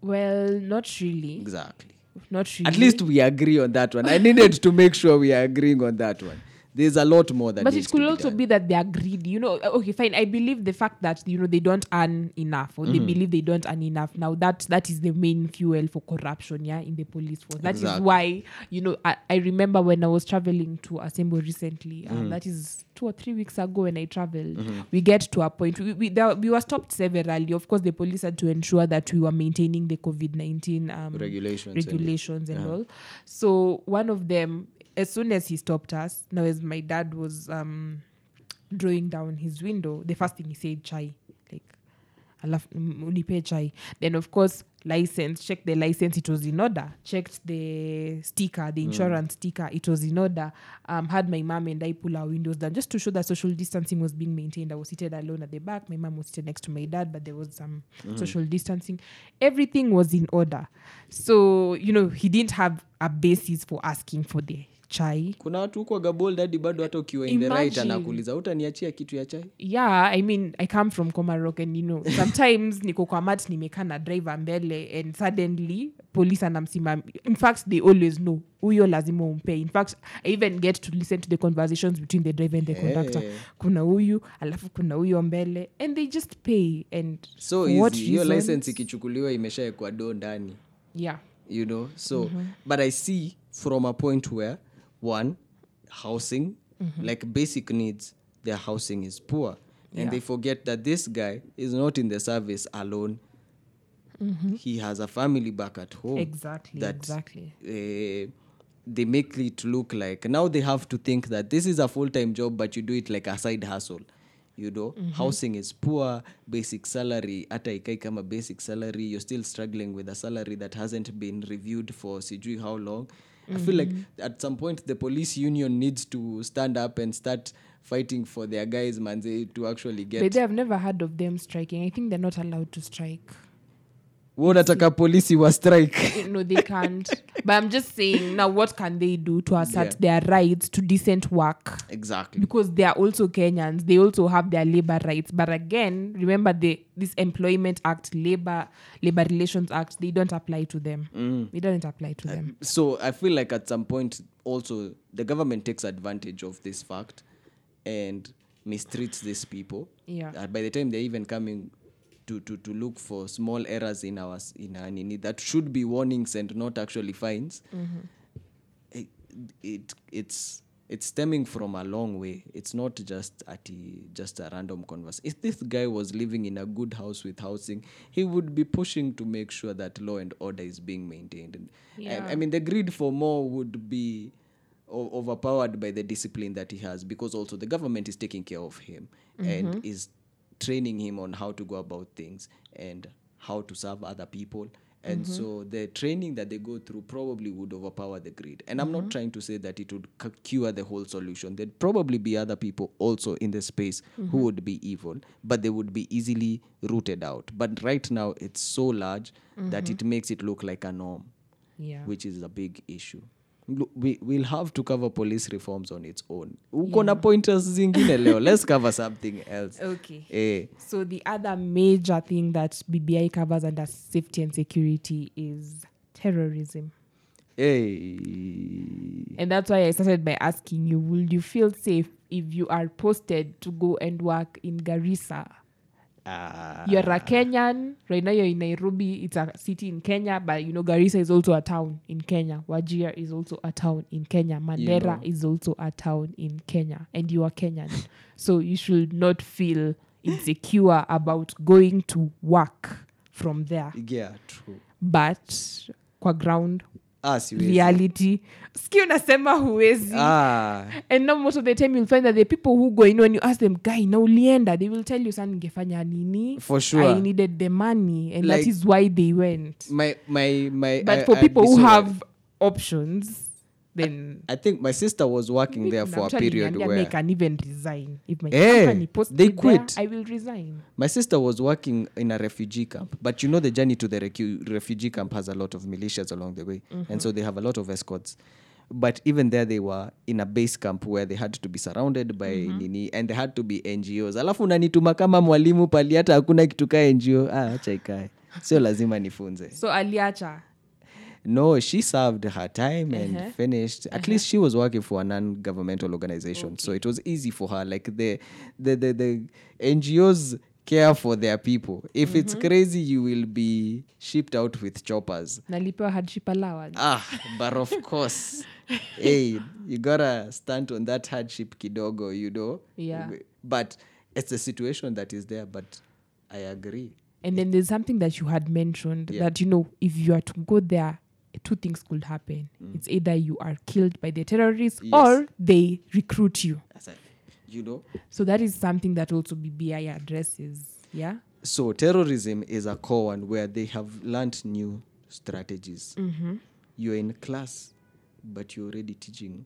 Well, not really.
Exactly.
Not really.
At least we agree on that one. I needed to make sure we are agreeing on that one. There's a lot more that.
but
needs
it could
to
also
done.
be that they are greedy you know Uh, okay fine i believe the fact that you know they don't earn enough or they believe they don't earn enough now that that is the main fuel for corruption yeah in the police force That is
Exactly.
why you know I, I remember when i was traveling to asembo recently uh, that is two or three weeks ago when i traveled we get to a point we, we, there, we were stopped severally of course the police had to ensure that we were maintaining the covid-19 um,
Regulations and-
regulations and all so one of them as soon as he stopped us now as my dad was um drawing down his window the first thing he said chai like alafu mm, unipe chai then of course license check the license it was in order checked the sticker the insurance sticker it was in order um, had my mom and i pull our windows down just to show that social distancing was being maintained i was seated alone at the back my mom was seated next to my dad but there was some social distancing everything was in order so you know he didn't have a basis for asking for the chai
kuna watu huko gabold hadi bado hata ukiwa in the right
Imagine.
anakuuliza utaniachia kitu ya chai
yeah i mean i come from comarock and you know sometimes niko kwa mat nimekaa na driver mbele and suddenly police anamsimam in fact they always know huyo lazima umpe in fact i even get to listen to the conversations between the driver and the conductor
Yeah.
kuna huyu alafu kuna huyo mbele and they just pay and
so
for what
easy. hiyo
reason?
license ikichukuliwa imeshaekwa do ndani
yeah
you know so
Mm-hmm.
but i see from a point where one housing
Mm-hmm.
like basic needs their housing is poor and they forget that this guy is not in the service alone he has a family back at home
Mm-hmm. exactly
that
exactly
uh, they make it look like now they have to think that this is a full-time job but you do it like a side hustle you know housing is poor basic salary hata ikai kama basic salary you're still struggling with a salary that hasn't been reviewed for sijui how long i feel like at some point the police union needs to stand up and start fighting for their guys manze to actually
By
get
the way, i've never heard of them striking i think they're not allowed to strike
wo unataka polisi wa strike
no they can't but i'm just saying now what can they do to assert their rights to decent work
exactly
because they are also kenyans they also have their labor rights but again remember the this employment act labor labor relations act they don't apply to them it doesn't apply to them
so i feel like at some point also the government takes advantage of this fact and mistreats these people
Yeah.
Uh, by the time they're even coming to, to, to look for small errors in our s- in our nini that should be warnings and not actually fines it, it it's it's stemming from a long way it's not just at just a random converse if this guy was living in a good house with housing he would be pushing to make sure that law and order is being maintained and I, I mean the greed for more would be o- overpowered by the discipline that he has because also the government is taking care of him and is training him on how to go about things and how to serve other people and so the training that they go through probably would overpower the greed and i'm not trying to say that it would cu- cure the whole solution there'd probably be other people also in the space who would be evil but they would be easily rooted out but right now it's so large that it makes it look like a norm
yeah
which is a big issue Lo- we, we'll have to cover police reforms on its own uko na pointers zingine leo let's cover something else
Okay.
eh,
so the other major thing that bbi covers under safety and security is terrorism
Hey.
And that's why I started by asking you, will you feel safe if you are posted to go and work in Garissa?
Ah.
You're a Kenyan. Right now you're in Nairobi. It's a city in Kenya, but you know Garissa is also a town in Kenya. Wajir is also a town in Kenya. Mandera
know.
is also a town in Kenya. And you are Kenyan. so you should not feel insecure about going to work from there.
Yeah, true.
But kwa ground
Ah, siwezi.
reality ski unasema huwezi
Ah.
and now most of the time you'll find that the people who go in when you ask them guy na ulienda they will tell you san ngefanya nini
For sure.
i needed the money and
Like-
that is why they went
My my my
but
I-
for
I'd
people
be
who
so
have options then
I think my sister was working there
I'm
for a
telling you,
period
niambia,
where
I can even resign if my
Eh,
company posts
they
me there,
quit.
i will resign
my sister was working in a refugee camp, but you know the journey to the recu- refugee camp has a lot of militias along the way, and so they have a lot of escorts. But even there, they were in a base camp where they had to be surrounded by nini, and they had to be NGOs. Alafu unanituma kama mwalimu pali hata hakuna kitu kaa NGO. Ah, acha ikae, sio lazima nifunze.
so aliacha
No, she served her time and finished. At least she was working for a non-governmental organization, so it was easy for her. Like the the the, the NGOs care for their people. If it's crazy, you will be shipped out with choppers.
nalipewa hardship allowance
Ah, but of course, hey, you gotta stand on that hardship kidogo, you know.
Yeah.
But it's the situation that is there. But I agree.
And then there's something that you had mentioned that, you know, if you are to go there, two things could happen. It's either you are killed by the terrorists or they recruit you.
As I- You know.
So that is something that also BBI addresses. Yeah.
so terrorism is a core one where they have learnt new strategies
Mm-hmm.
you're in class but you're already teaching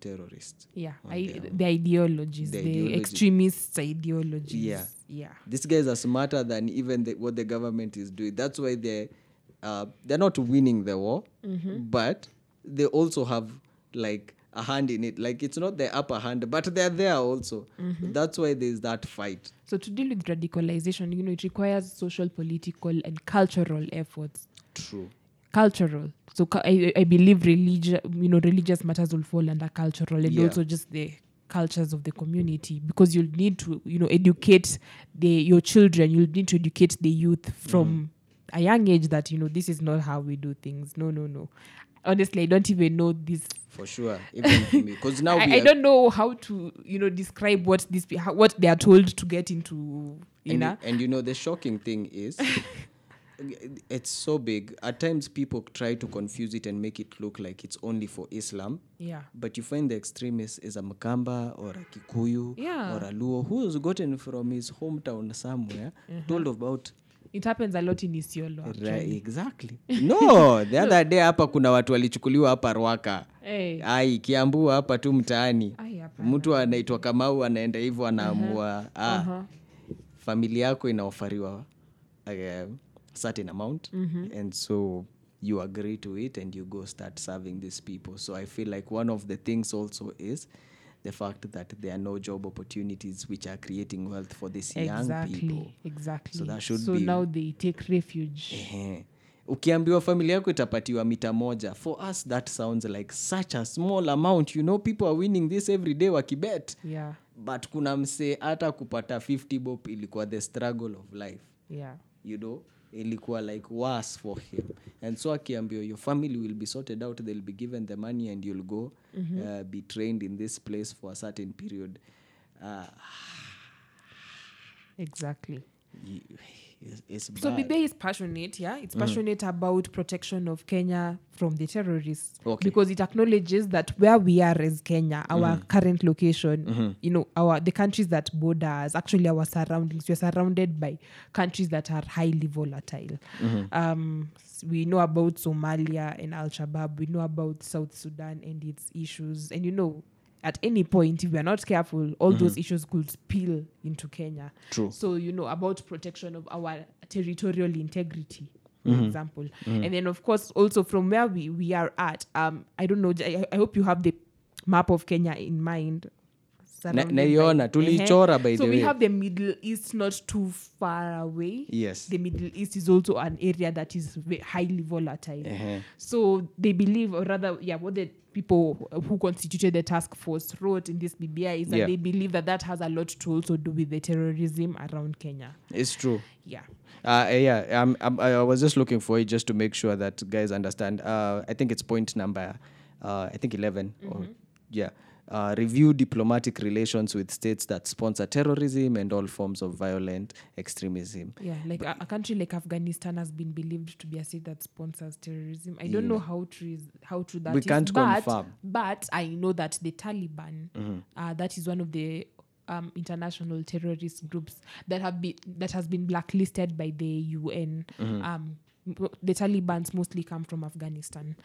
terrorists
Yeah.
on
I,
their own.
the ideologies,
The
the,
ideology.
extremist ideologies.
Yeah.
Yeah.
these guys are smarter than even the, what the government is doing that's why they're uh, they're not winning the war
Mm-hmm.
but they also have like a hand in it like it's not the upper hand but they're there also
Mm-hmm.
that's why there's that fight
So to deal with radicalization, you know, it requires social, political, and cultural efforts.
true
cultural so cu- I, I believe religious you know religious matters will fall under cultural and
Yeah.
also just the cultures of the community because you'll need to you know educate the your children you'll need to educate the youth from a young age that you know this is not how we do things no no no honestly i don't even know this
for sure even for me because now
I,
we
I
are-
don't know how to you know describe what this pe- how- what they are told to get into you
and,
know
and you know the shocking thing is it's so big at times people try to confuse it and make it look like it's only for islam
yeah
but you find the extremist is a Makamba or a Kikuyu
Yeah.
or a Luo who has gotten from his hometown somewhere, told about
it happens a lot in isiolo actually.
Right, exactly. No, the other day hapa kuna watu walichukuliwa hapa Rwaka.
Eh.
Ai, Kiambu hapa tu mtaani.
Ai, hapana.
Mtu anaitwa Kamau anaenda hivyo anaamua ah, familia yako inaofariwa uh, certain amount and so you agree to it and you go start serving these people. So I feel like one of the things also is the fact that there are no job opportunities which are creating wealth for these young
exactly
people.
exactly
So that should
so
be- Eh.
now they take refuge
Ehe. ukiambiwa familia yako itapatiwa mita moja for us that sounds like such a small amount you know people are winning this every day wakibet
yeah
but kuna msee hata kupata 50 bob ilikuwa the struggle of life
yeah
you know ilikuwa like worse for him and so akiambiwa your family will be sorted out they'll be given the money and you'll go uh, be trained in this place for a certain period uh,
exactly
y- it's, it's
so
bad.
bibe is passionate yeah it's passionate about protection of kenya from the terrorists
Okay.
because it acknowledges that where we are as kenya our current location you know our the countries that border us actually our surroundings we're surrounded by countries that are highly volatile um, s- we know about somalia and al-shabaab we know about south sudan and its issues and you know at any point if we are not careful all those issues could spill into kenya
True.
so you know about protection of our territorial integrity for
Mm-hmm.
example and then of course also from where we we are at um i don't know I, I hope you have the map of kenya in mind surrounded
naiona,
by-
tuliichora,
Ehe.
by
so
the
we
way.
have the middle east not too far away
Yes.
the middle east is also an area that is ve- highly volatile
Ehe.
so they believe or rather yeah what the people who constituted the task force wrote in this bbi is that
Yeah.
they believe that that has a lot to also do with the terrorism around kenya
It's true.
yeah
Uh, yeah, um, um, I I was just looking for it just to make sure that guys understand. Uh, I think it's point number, uh, I think 11. Or,
Mm-hmm.
yeah. Uh, review diplomatic relations with states that sponsor terrorism and all forms of violent extremism.
yeah like a, a country like afghanistan has been believed to be a state that sponsors terrorism i don't know how true is, how true that
We
is,
can't
but,
confirm. Mm-hmm.
but i know that the taliban uh, that is one of the um, international terrorist groups that have been that has been blacklisted by the un
Mm-hmm.
um, m- the taliban's mostly come from afghanistan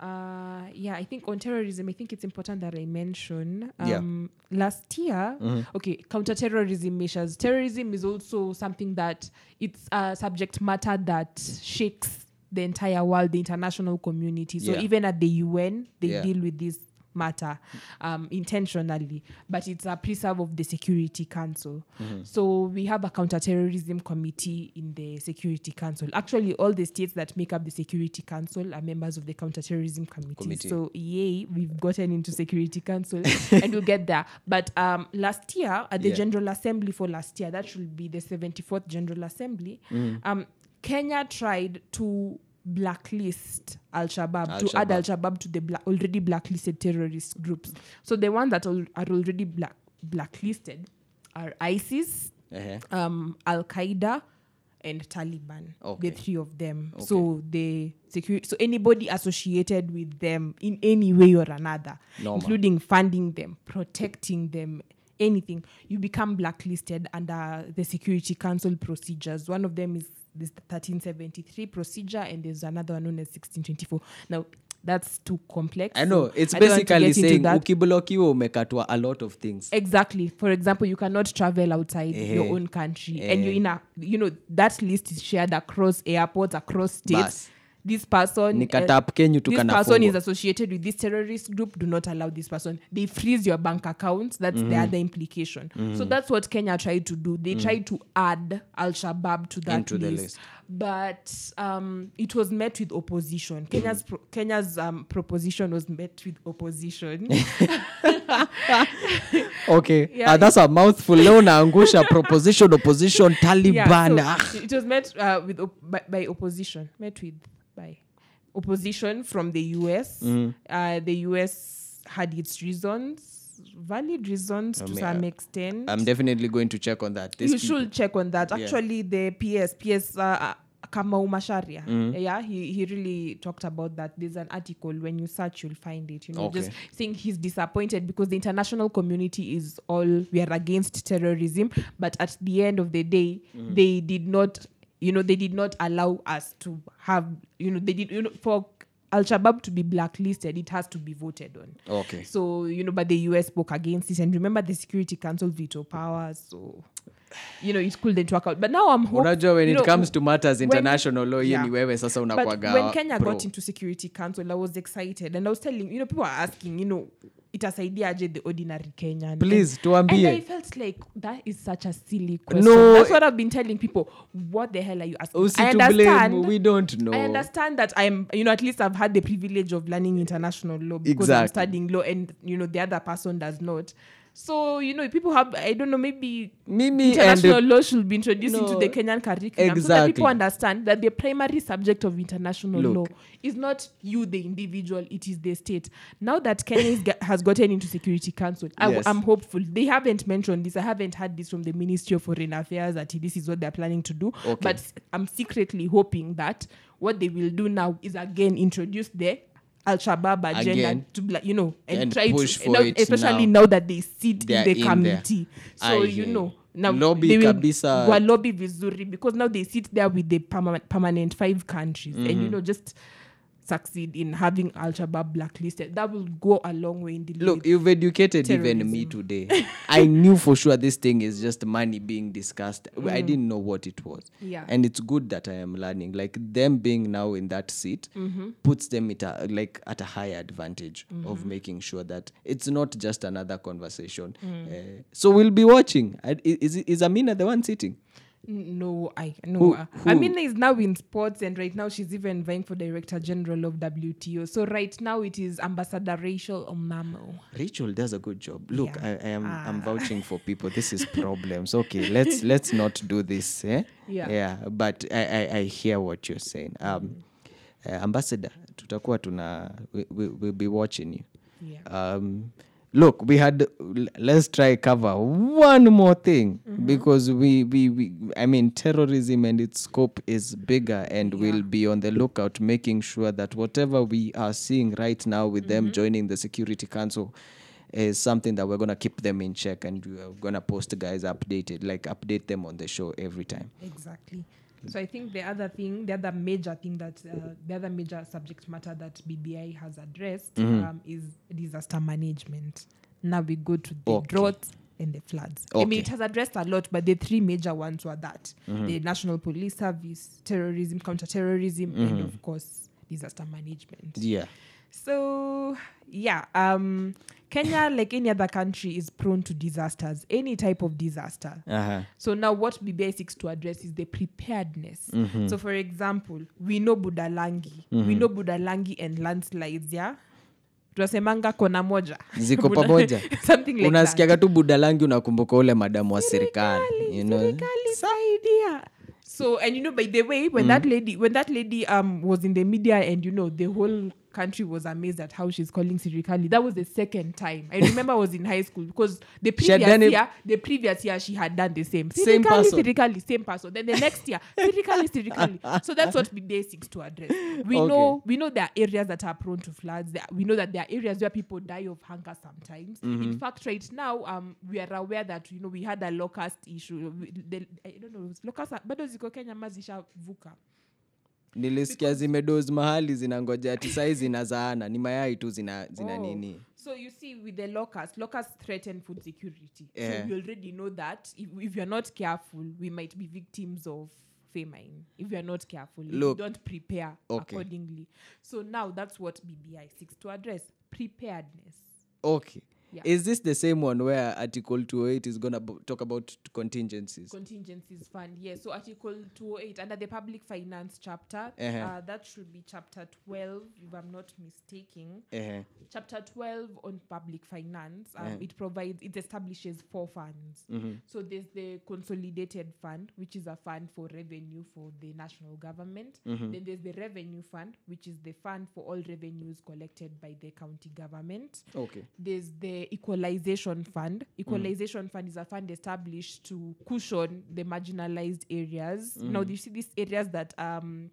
uh, yeah, I think on terrorism, I think it's important that I mention.
Yeah.
Um, Last year,
Mm-hmm.
okay, counterterrorism measures. Terrorism is also something that it's a subject matter that shakes the entire world, the international community. So
Yeah.
even at the UN, they
Yeah.
deal with this matter um, intentionally, but it's a preserve of the Security Council.
Mm-hmm.
So we have a counterterrorism committee in the Security Council. Actually, all the states that make up the Security Council are members of the counterterrorism committee.
Committee.
So yay, we've gotten into Security Council, and we'll get there. But um, last year at the
Yeah.
General Assembly for last year, that should be the 74th General Assembly.
Mm.
Um, Kenya tried to blacklist Al Shabaab to add
Al-Shabaab.
Al Shabaab to the bla- already blacklisted terrorist groups. So the ones that al- are already black- blacklisted are ISIS,
Uh-huh.
um, Al Qaeda, and Taliban.
Okay.
The three of them. So the security. So anybody associated with them in any way or another,
Normal.
including funding them, protecting them. Anything you become blacklisted under the Security Council procedures. One of them is this 1373 procedure, and there's another one known as 1624. Now, that's too complex.
I know.
so
It's
I don't want to
basically
get into
saying
that.
ukiblokiwa umekatwa a lot of things.
Exactly. For example, you cannot travel outside
Eh,
your own country, and you're in a you know that list is shared across airports, across states.
Bas.
This person, eh,
Nikatap Kenyu tu
uh, this
kana
person
fungo.
is associated with this terrorist group. Do not allow this person. They freeze your bank accounts. That's
Mm-hmm.
the other implication.
Mm.
So that's what Kenya tried to do. They tried to add Al Shabaab to that
Into the
list
list.
but um, it was met with opposition. Kenya's pro- Kenya's um, proposition was met with opposition.
Okay.
Yeah,
uh, that's a mouthful. Leo naangusha proposition, opposition, Taliban.
Yeah,
ah.
so it was met uh, with op- by, by opposition, met with by opposition from the US. Uh, the US had its reasons, valid reasons to
mean,
some extent.
I'm definitely going to check on that. These
you
people-
should check on that. Actually, the PS, PS uh, Kamau Masharia,
Mm.
yeah, he, he really talked about that. There's an article when you search, you'll find it. You know,
Okay.
just saying he's disappointed because the international community is all we are against terrorism, but at the end of the day,
Mm.
they did not, you know, they did not allow us to have, you know, they did, you know, for Al Shabaab to be blacklisted, it has to be voted on.
Okay.
So, you know, but the US spoke against it. And remember, the Security Council veto powers. So, you know, it couldn't work out. But now I'm hoping.
unajua when it comes to matters international law hiyo
yeah.
ni wewe sasa
But
unakwaga
when Kenya
pro.
got into Security Council, I was excited. And I was telling, you know, people are asking, you know, itasaidia aje the ordinary Kenyan.
Please,
and, and
tuambie.
I felt like that is such a silly question.
No.
That's what I've been telling people. What the hell are you asking? I
Usitublame,
understand.
we don't know
I understand that I'm, you know, at least I've had the privilege of learning international law because I'm
Exactly.
studying law, and you know, the other person does not. So you know, people have, I don't know, maybe
mimi and
international law should be introduced into
No,
the Kenyan curriculum so that
exactly.
people understand that the primary subject of international
Look.
law is not you, the individual; it is the state. Now that Kenya is ge- has gotten into Security Council, I w-
Yes.
I'm hopeful. They haven't mentioned this. I haven't heard this from the Ministry of Foreign Affairs that this is what they're planning to do.
Okay.
But s- I'm secretly hoping that what they will do now is again introduce the Al Shabaab agenda
Again.
to, bla- you know, and,
And
try
push
to,
for
now-
it
especially
now.
now. that they sit
They're
in the
in there.
committee. So
I
you
hear
know
you.
now
Lobby
they will-
kabisa. Mhm.
walobby vizuri because now they sit there with the perma- permanent five countries and you know just succeed in having Al Shabaab blacklisted. That will go a long way in dealing
Look,
with
you've educated even me today. I knew for sure this thing is just money being discussed. I didn't know what it was.
Mm. Yeah.
And it's good that I am learning. Like them being now in that seat
Mm-hmm.
puts them at a, like at a higher advantage of making sure that it's not just another conversation.
Mm.
Uh, so we'll be watching. I, i- is is Amina the one sitting?
N- No, I no.
Who-
uh,
who-
Amina is now in sports, and right now she's even vying for director general of WTO. So right now it is Ambassador Rachel Omamo.
Rachel does a good job. Look,
Yeah. Ah.
I, I am I'm vouching for people. This is problems. Okay, let's let's not do this. Eh?
Yeah.
Yeah. But I, I, I hear what you're saying. Um,
Mm-hmm.
eh, ambassador, tutakuwa tuna we, we, we'll be watching you.
Yeah.
Um, look, we had l- let's try cover one more thing
Mm-hmm.
because we, we we I mean terrorism and its scope is bigger, and we'll be on the lookout, making sure that whatever we are seeing right now with
Mm-hmm.
them joining the Security Council is something that we're gonna keep them in check, and we're gonna post guys updated, like update them on the show every time.
Exactly. So I think the other thing, the other major thing that uh, the other major subject matter that BBI has addressed
Mm-hmm.
um, is disaster management. Now we go to the
Okay.
droughts and the floods. I
Okay. Mm-hmm.
mean, it has addressed a lot, but the three major ones were that the National Police Service, terrorism, counterterrorism, and
Mm-hmm.
of course disaster management.
Yeah.
So yeah, um, Kenya, like any other country, is prone to disasters, any type of disaster.
Uh huh.
So now what BBI seeks to address is the preparedness.
Mm-hmm.
So for example, we know Budalangi. We know Budalangi and landslides, yeah? Tunasemanga kona moja.
Ziko
Buda-
pamoja.
Something like that.
unasikiaga tu buda langi unakumbuka ule madamu wa serikali you know?
Serikali saidia. So and you know by the way when
Mm.
that lady when that lady um was in the media and you know the whole country was amazed at how she's calling Sirikali. That was the second time. I remember I was in high school because the
She had
previous
done it-
year the previous year she had done the same.
Same
Sirikali,
person.
Sirikali, same person. Then the next year, Sirikali, Sirikali. So that's what BBA seeks to address. We
Okay.
know we know there are areas that are prone to floods. There- We know that there are areas where people die of hunger sometimes. In fact, right now, um, we are aware that you know we had a locust issue. We- The, I don't know, locust bado ziko Kenya mazisha vuka.
nilisikia zimedozi mahali zinangoja ati sai zinazaana ni mayai tu zina, zina
Oh.
nini
So you see, with the locusts, locusts threaten food security.
Yeah.
So we already know that if, if you're not careful, we might be victims of famine. If you're not careful, if
Look.
you don't prepare
Okay.
accordingly. So now that's what BBI seeks to address: preparedness.
okay
Yeah.
is this the same one where article 208 is gonna b- talk about contingencies
Contingencies fund, yes. So Article 208 under the Public Finance chapter, uh
Uh-huh.
that should be Chapter 12, if I'm not mistaken.
Eh,
chapter 12 on public finance um,
Yeah.
it provides it establishes four funds so there's the consolidated fund which is a fund for revenue for the national government then there's the revenue fund which is the fund for all revenues collected by the county government
okay
there's the equalization fund
Mm.
equalization fund is a fund established to cushion the marginalized areas
Mm.
now you see these areas that um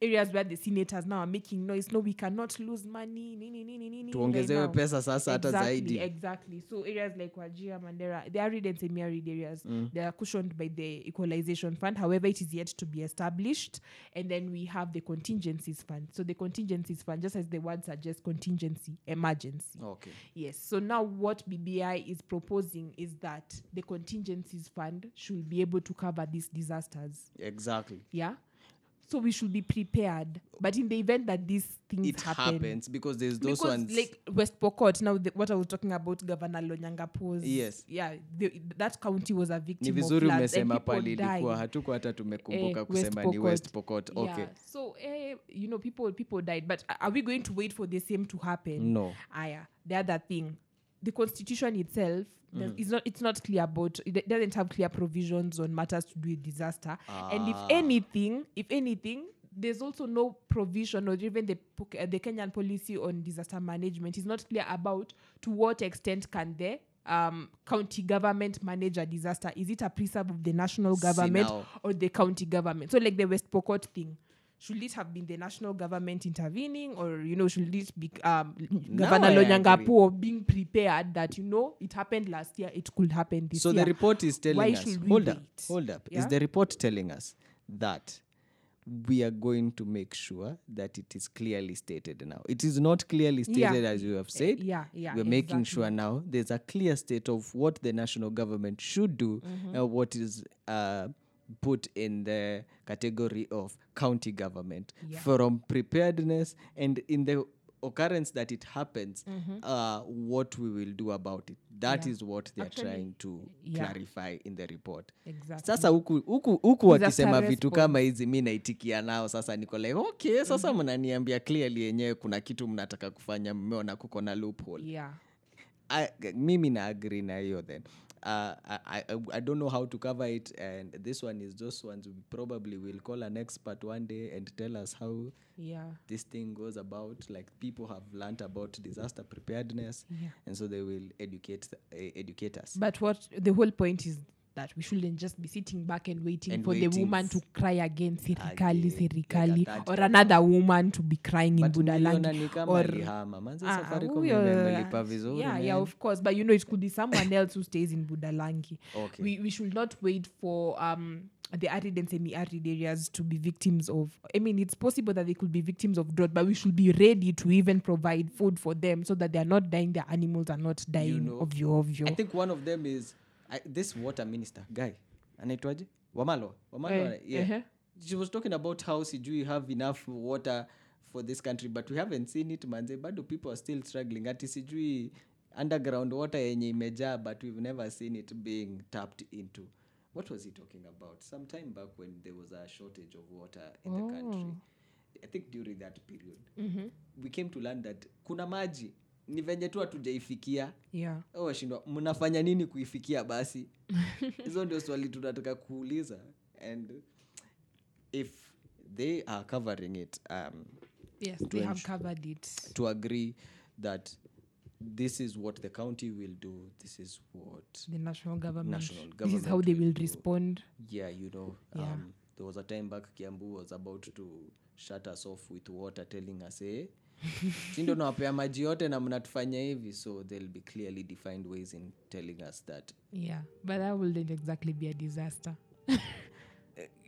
areas where the senators now are making noise no we cannot lose money nini, nini, nini,
tuongezewe
right now.
pesa sasa hata
Exactly,
zaidi
exactly. So areas like Wajia, Mandera, the arid and semi-arid areas,
Mm.
they are cushioned by the equalization fund. However, it is yet to be established. And then we have the contingencies fund. So the contingencies fund, just as the word suggests, contingency, emergency.
okay
Yes. So now what BBI is proposing is that the contingencies fund should be able to cover these disasters.
exactly
Yeah. So we should be prepared. But in the event that these things
it
happen,
happens because there's those
because
ones
like West Pokot, now the, what I was talking about, Governor Lonyangapo's.
Yes.
Yeah. The, that county was a
ni
victim of
vizuri
floods and
umesema
people
pale ilikuwa
died.
hatuko hata tumekumbuka
Eh, West
kusema ni
Pokot.
west pokot okay
Yeah. So, eh, you know, people people died. But are we going to wait for the same to happen?
no
Aya, the other thing, the constitution itself
Mm.
does- is not it's not clear about it do- doesn't have clear provisions on matters to do with disaster. And if
Ah.
anything, if anything, there's also no provision or even the po- uh, the Kenyan policy on disaster management is not clear about to what extent can the um, county government manage a disaster. Is it a preserve of the national
See
government
now.
or the county government? So like the West Pokot thing. Should it have been the national government intervening, or you know, should it be um,
Now
Governor
I
Lonyangapuo being prepared that you know it happened last year, it could happen this
so
year.
the report is telling
Why
us
should we
hold up
wait?
hold up is
Yeah?
the report telling us that we are going to make sure that it is clearly stated now. It is not clearly stated as you have said.
yeah, yeah,
We're making sure now there's a clear state of what the national government should do
Mm-hmm.
and what is uh, put in the category of county government from preparedness and in the occurrence that it happens,
Mm-hmm.
uh, what we will do about it. That is what they're trying to
yeah.
clarify in the report
Exactly.
sasa huku huku huku wakisema
Disaster
vitu
response.
kama hizi mi naitikia nao sasa niko like okay sasa
Mm-hmm.
mnaniambia clearly yenyewe kuna kitu mnataka kufanya mmeona kuko na loophole
Yeah.
I, mimi na agree na hiyo then Uh, I, I, I don't know how to cover it and this one is those ones we probably will call an expert one day and tell us how
Yeah.
this thing goes about like people have learnt about disaster preparedness and so they will educate eh, educate us
But what the whole point is that we shouldn't just be sitting back and waiting
And
for the
waiting
woman
f-
to cry again, serikali,
Again, like
serikali,
a third
or
time.
another woman to be crying
But
in
niliona ni
Budalangi.
kama
or-
alihama. Manze
Ah,
Safaricom
huyo-
imemlipa vizuri,
yeah,
man.
yeah, of course. But you know, it could be someone else who stays in Budalangi.
Okay.
We, we should not wait for um, the arid and semi arid areas to be victims of. I mean, it's possible that they could be victims of drought, but we should be ready to even provide food for them so that they are not dying, their animals are not dying
know,
of you, of you.
I think one of them is I, this water minister guy. Anaitwaje? Wamalo. Wamalo.
Eh,
yeah.
uh-huh.
She was talking about how sijui you have enough water for this country but we haven't seen it manze. Bado people are still struggling. Ati sijui underground water yenye imejaa but we've never seen it being tapped into. What was he talking about? Some time back when there was a shortage of water in the
Oh.
country. I think during that period.
Mm-hmm.
We came to learn that kuna maji ni venye tu hatujaifikia
Yeah.
au washindwa mnafanya nini kuifikia basi hizo ndio swali tunataka kuuliza and if they are covering it um,
Yes, they have covered it.
to agree that this is what the county will do this is what
The national government.
National
This is how
government
they will respond.
yeah you know
Yeah.
um, there was a time back kiambu was about to shut us off with water telling us eh si ndio nawapea maji yote na mnatufanya hivi so they'll be clearly defined ways in telling us that
Yeah, but that wouldn't exactly be a disaster.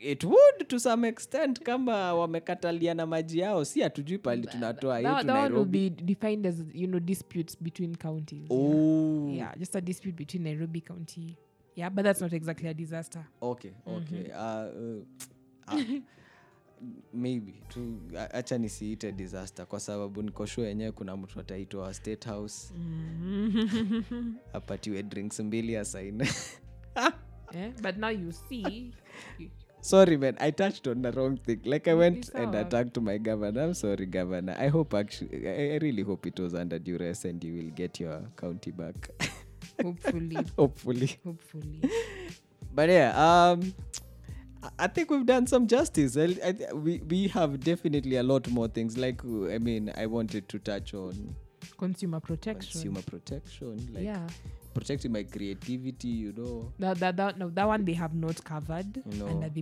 it would to some extent kama wamekataliana maji yao si hatujui pali tunatoa yetu
that, that one will
nairobi
be defined as you know disputes between counties.
oh.
Yeah, just a dispute between Nairobi County. Yeah, but that's not exactly a disaster.
okay
Mhm.
okay uh, uh, ah, maybe tu a- acha nisiite disaster kwa sababu niko sure yenyewe kuna mtu ataitwa state house
Mm-hmm.
apatiwe drinks mbili asaine
Eh? But now you see, you-
sorry man i touched on the wrong thing like i went and
sawa.
attacked my governor i'm sorry governor i hope actually i I really hope it was under duress and you will get your county back
hopefully,
hopefully
hopefully.
but yeah um I- I think we've done some justice. I, I, th- we we have definitely a lot more things. Like uh, I mean, I wanted to touch on
Consumer protection.
consumer protection, like
yeah,
protecting my creativity. You know,
that, that, that, no, that one they have not covered
No.
under the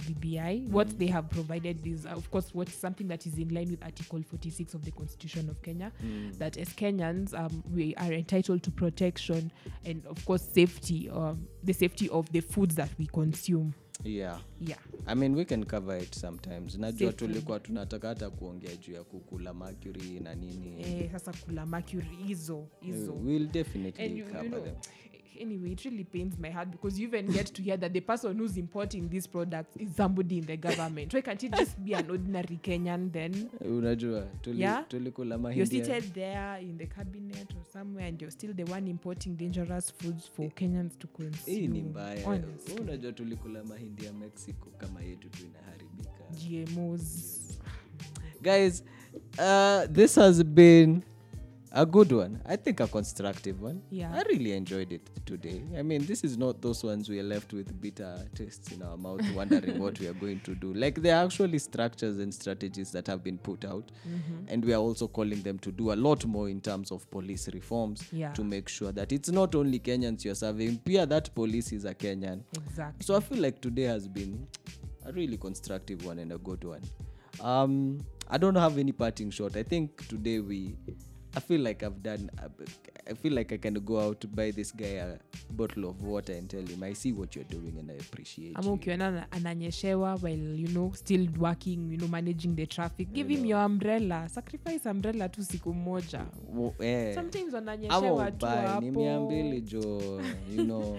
Mm.
BBI. What they have provided is, uh, of course, what's something that is in line with Article 46 of the Constitution of Kenya,
Mm.
that as Kenyans, um, we are entitled to protection and, of course, safety, um, the safety of the foods that we consume.
yeah.
Yeah.
I mean we can cover it sometimes. Najua
Safely.
tulikuwa tunataka hata kuongea juu ya kukula mercury na nini.
Eh, sasa kula mercury hizo hizo
We'll definitely
and you,
cover
you know eh,
them.
anyway it really pains my heart because you even get to hear that the person who's importing these products is somebody in the government why can't it just be an ordinary kenyan then
Unajua tuli,
Yeah?
tulikula
you're
mahindi. ya-
seated there in the cabinet or somewhere and you're still the one importing dangerous foods for kenyans to
Hii ni
consume
mbaya.
Honestly.
Unajua tulikula mahindi ya Mexico kama yetu tu inaharibika.
gmos
Guys, uh, this has been a good one. I think a constructive one.
Yeah.
I really enjoyed it today. I mean, this is not those ones we are left with bitter tastes in our mouth wondering what we are going to do. Like, there are actually structures and strategies that have been put out,
Mm-hmm.
and we are also calling them to do a lot more in terms of police reforms
Yeah.
to make sure that it's not only Kenyans you're serving, peer that police is a Kenyan.
exactly
So I feel like today has been a really constructive one and a good one. Um, I don't have any parting shot. I think today we I feel like I've done. I- I feel like I can go out buy this guy a bottle of water and tell him I see what you're doing and I appreciate
ama
you."
ukiona ana- ananyeshewa while you know still working you know managing the traffic give him your umbrella sacrifice umbrella tu siku moja
Wo- eh.
sometimes
ama
wananyeshewa tu
ubae ni mia
hapo
mbili jo you know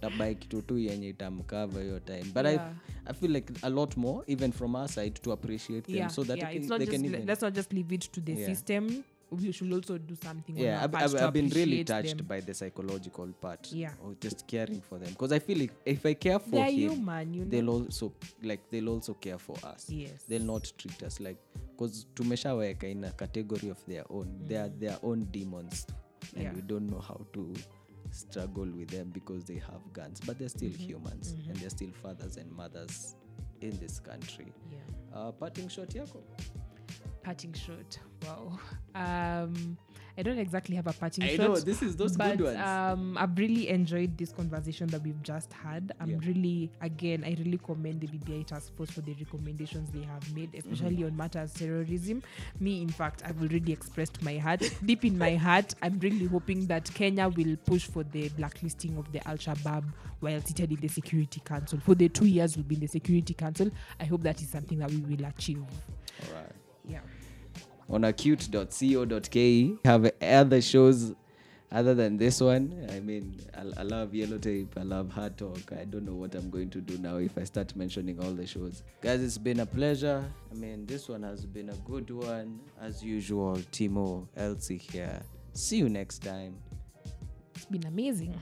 tabai kitu tu yenye itamkava hiyo time but
Yeah.
I, i feel like a lot more even from our side to appreciate them
yeah,
so that
yeah,
they,
it's
can-
not
they
just,
can even
let's not just leave it to the
Yeah.
system we should also do something on
yeah
our
I've,
part
I've,
to
I've been really
appreciate
touched
them.
by the psychological part
Yeah.
of just caring for them because i feel like if i care for
they're
him
human you know
they'll also like they'll also care for us
Yes.
they'll not treat us like because tumeshaweka in a category of their own they are their own demons and
Mm. Yeah.
we don't know how to struggle with them because they have guns but they're still
Mm-hmm.
humans and they're still fathers and mothers in this country
yeah.
uh, parting shot yako
parting shot. Wow. Um, I don't exactly have a parting
I
shot.
know, this is those
but,
good ones.
Um, I've really enjoyed this conversation that we've just had. I'm
Yeah.
really, again, I really commend the BBI Task Force for the recommendations they have made,
Mm-hmm.
especially on matters terrorism. Me, in fact, I've already expressed my heart. Deep in my heart, I'm really hoping that Kenya will push for the blacklisting of the Al Shabaab while seated in the Security Council. For the two years we've been in the Security Council, I hope that is something that we will achieve.
all right
Yeah.
on acute.co.ke have other shows other than this one i mean I, I love yellow tape i love hard talk i don't know what i'm going to do now if i start mentioning all the shows guys it's been a pleasure i mean this one has been a good one as usual timo elsie here see you next time
It's been amazing.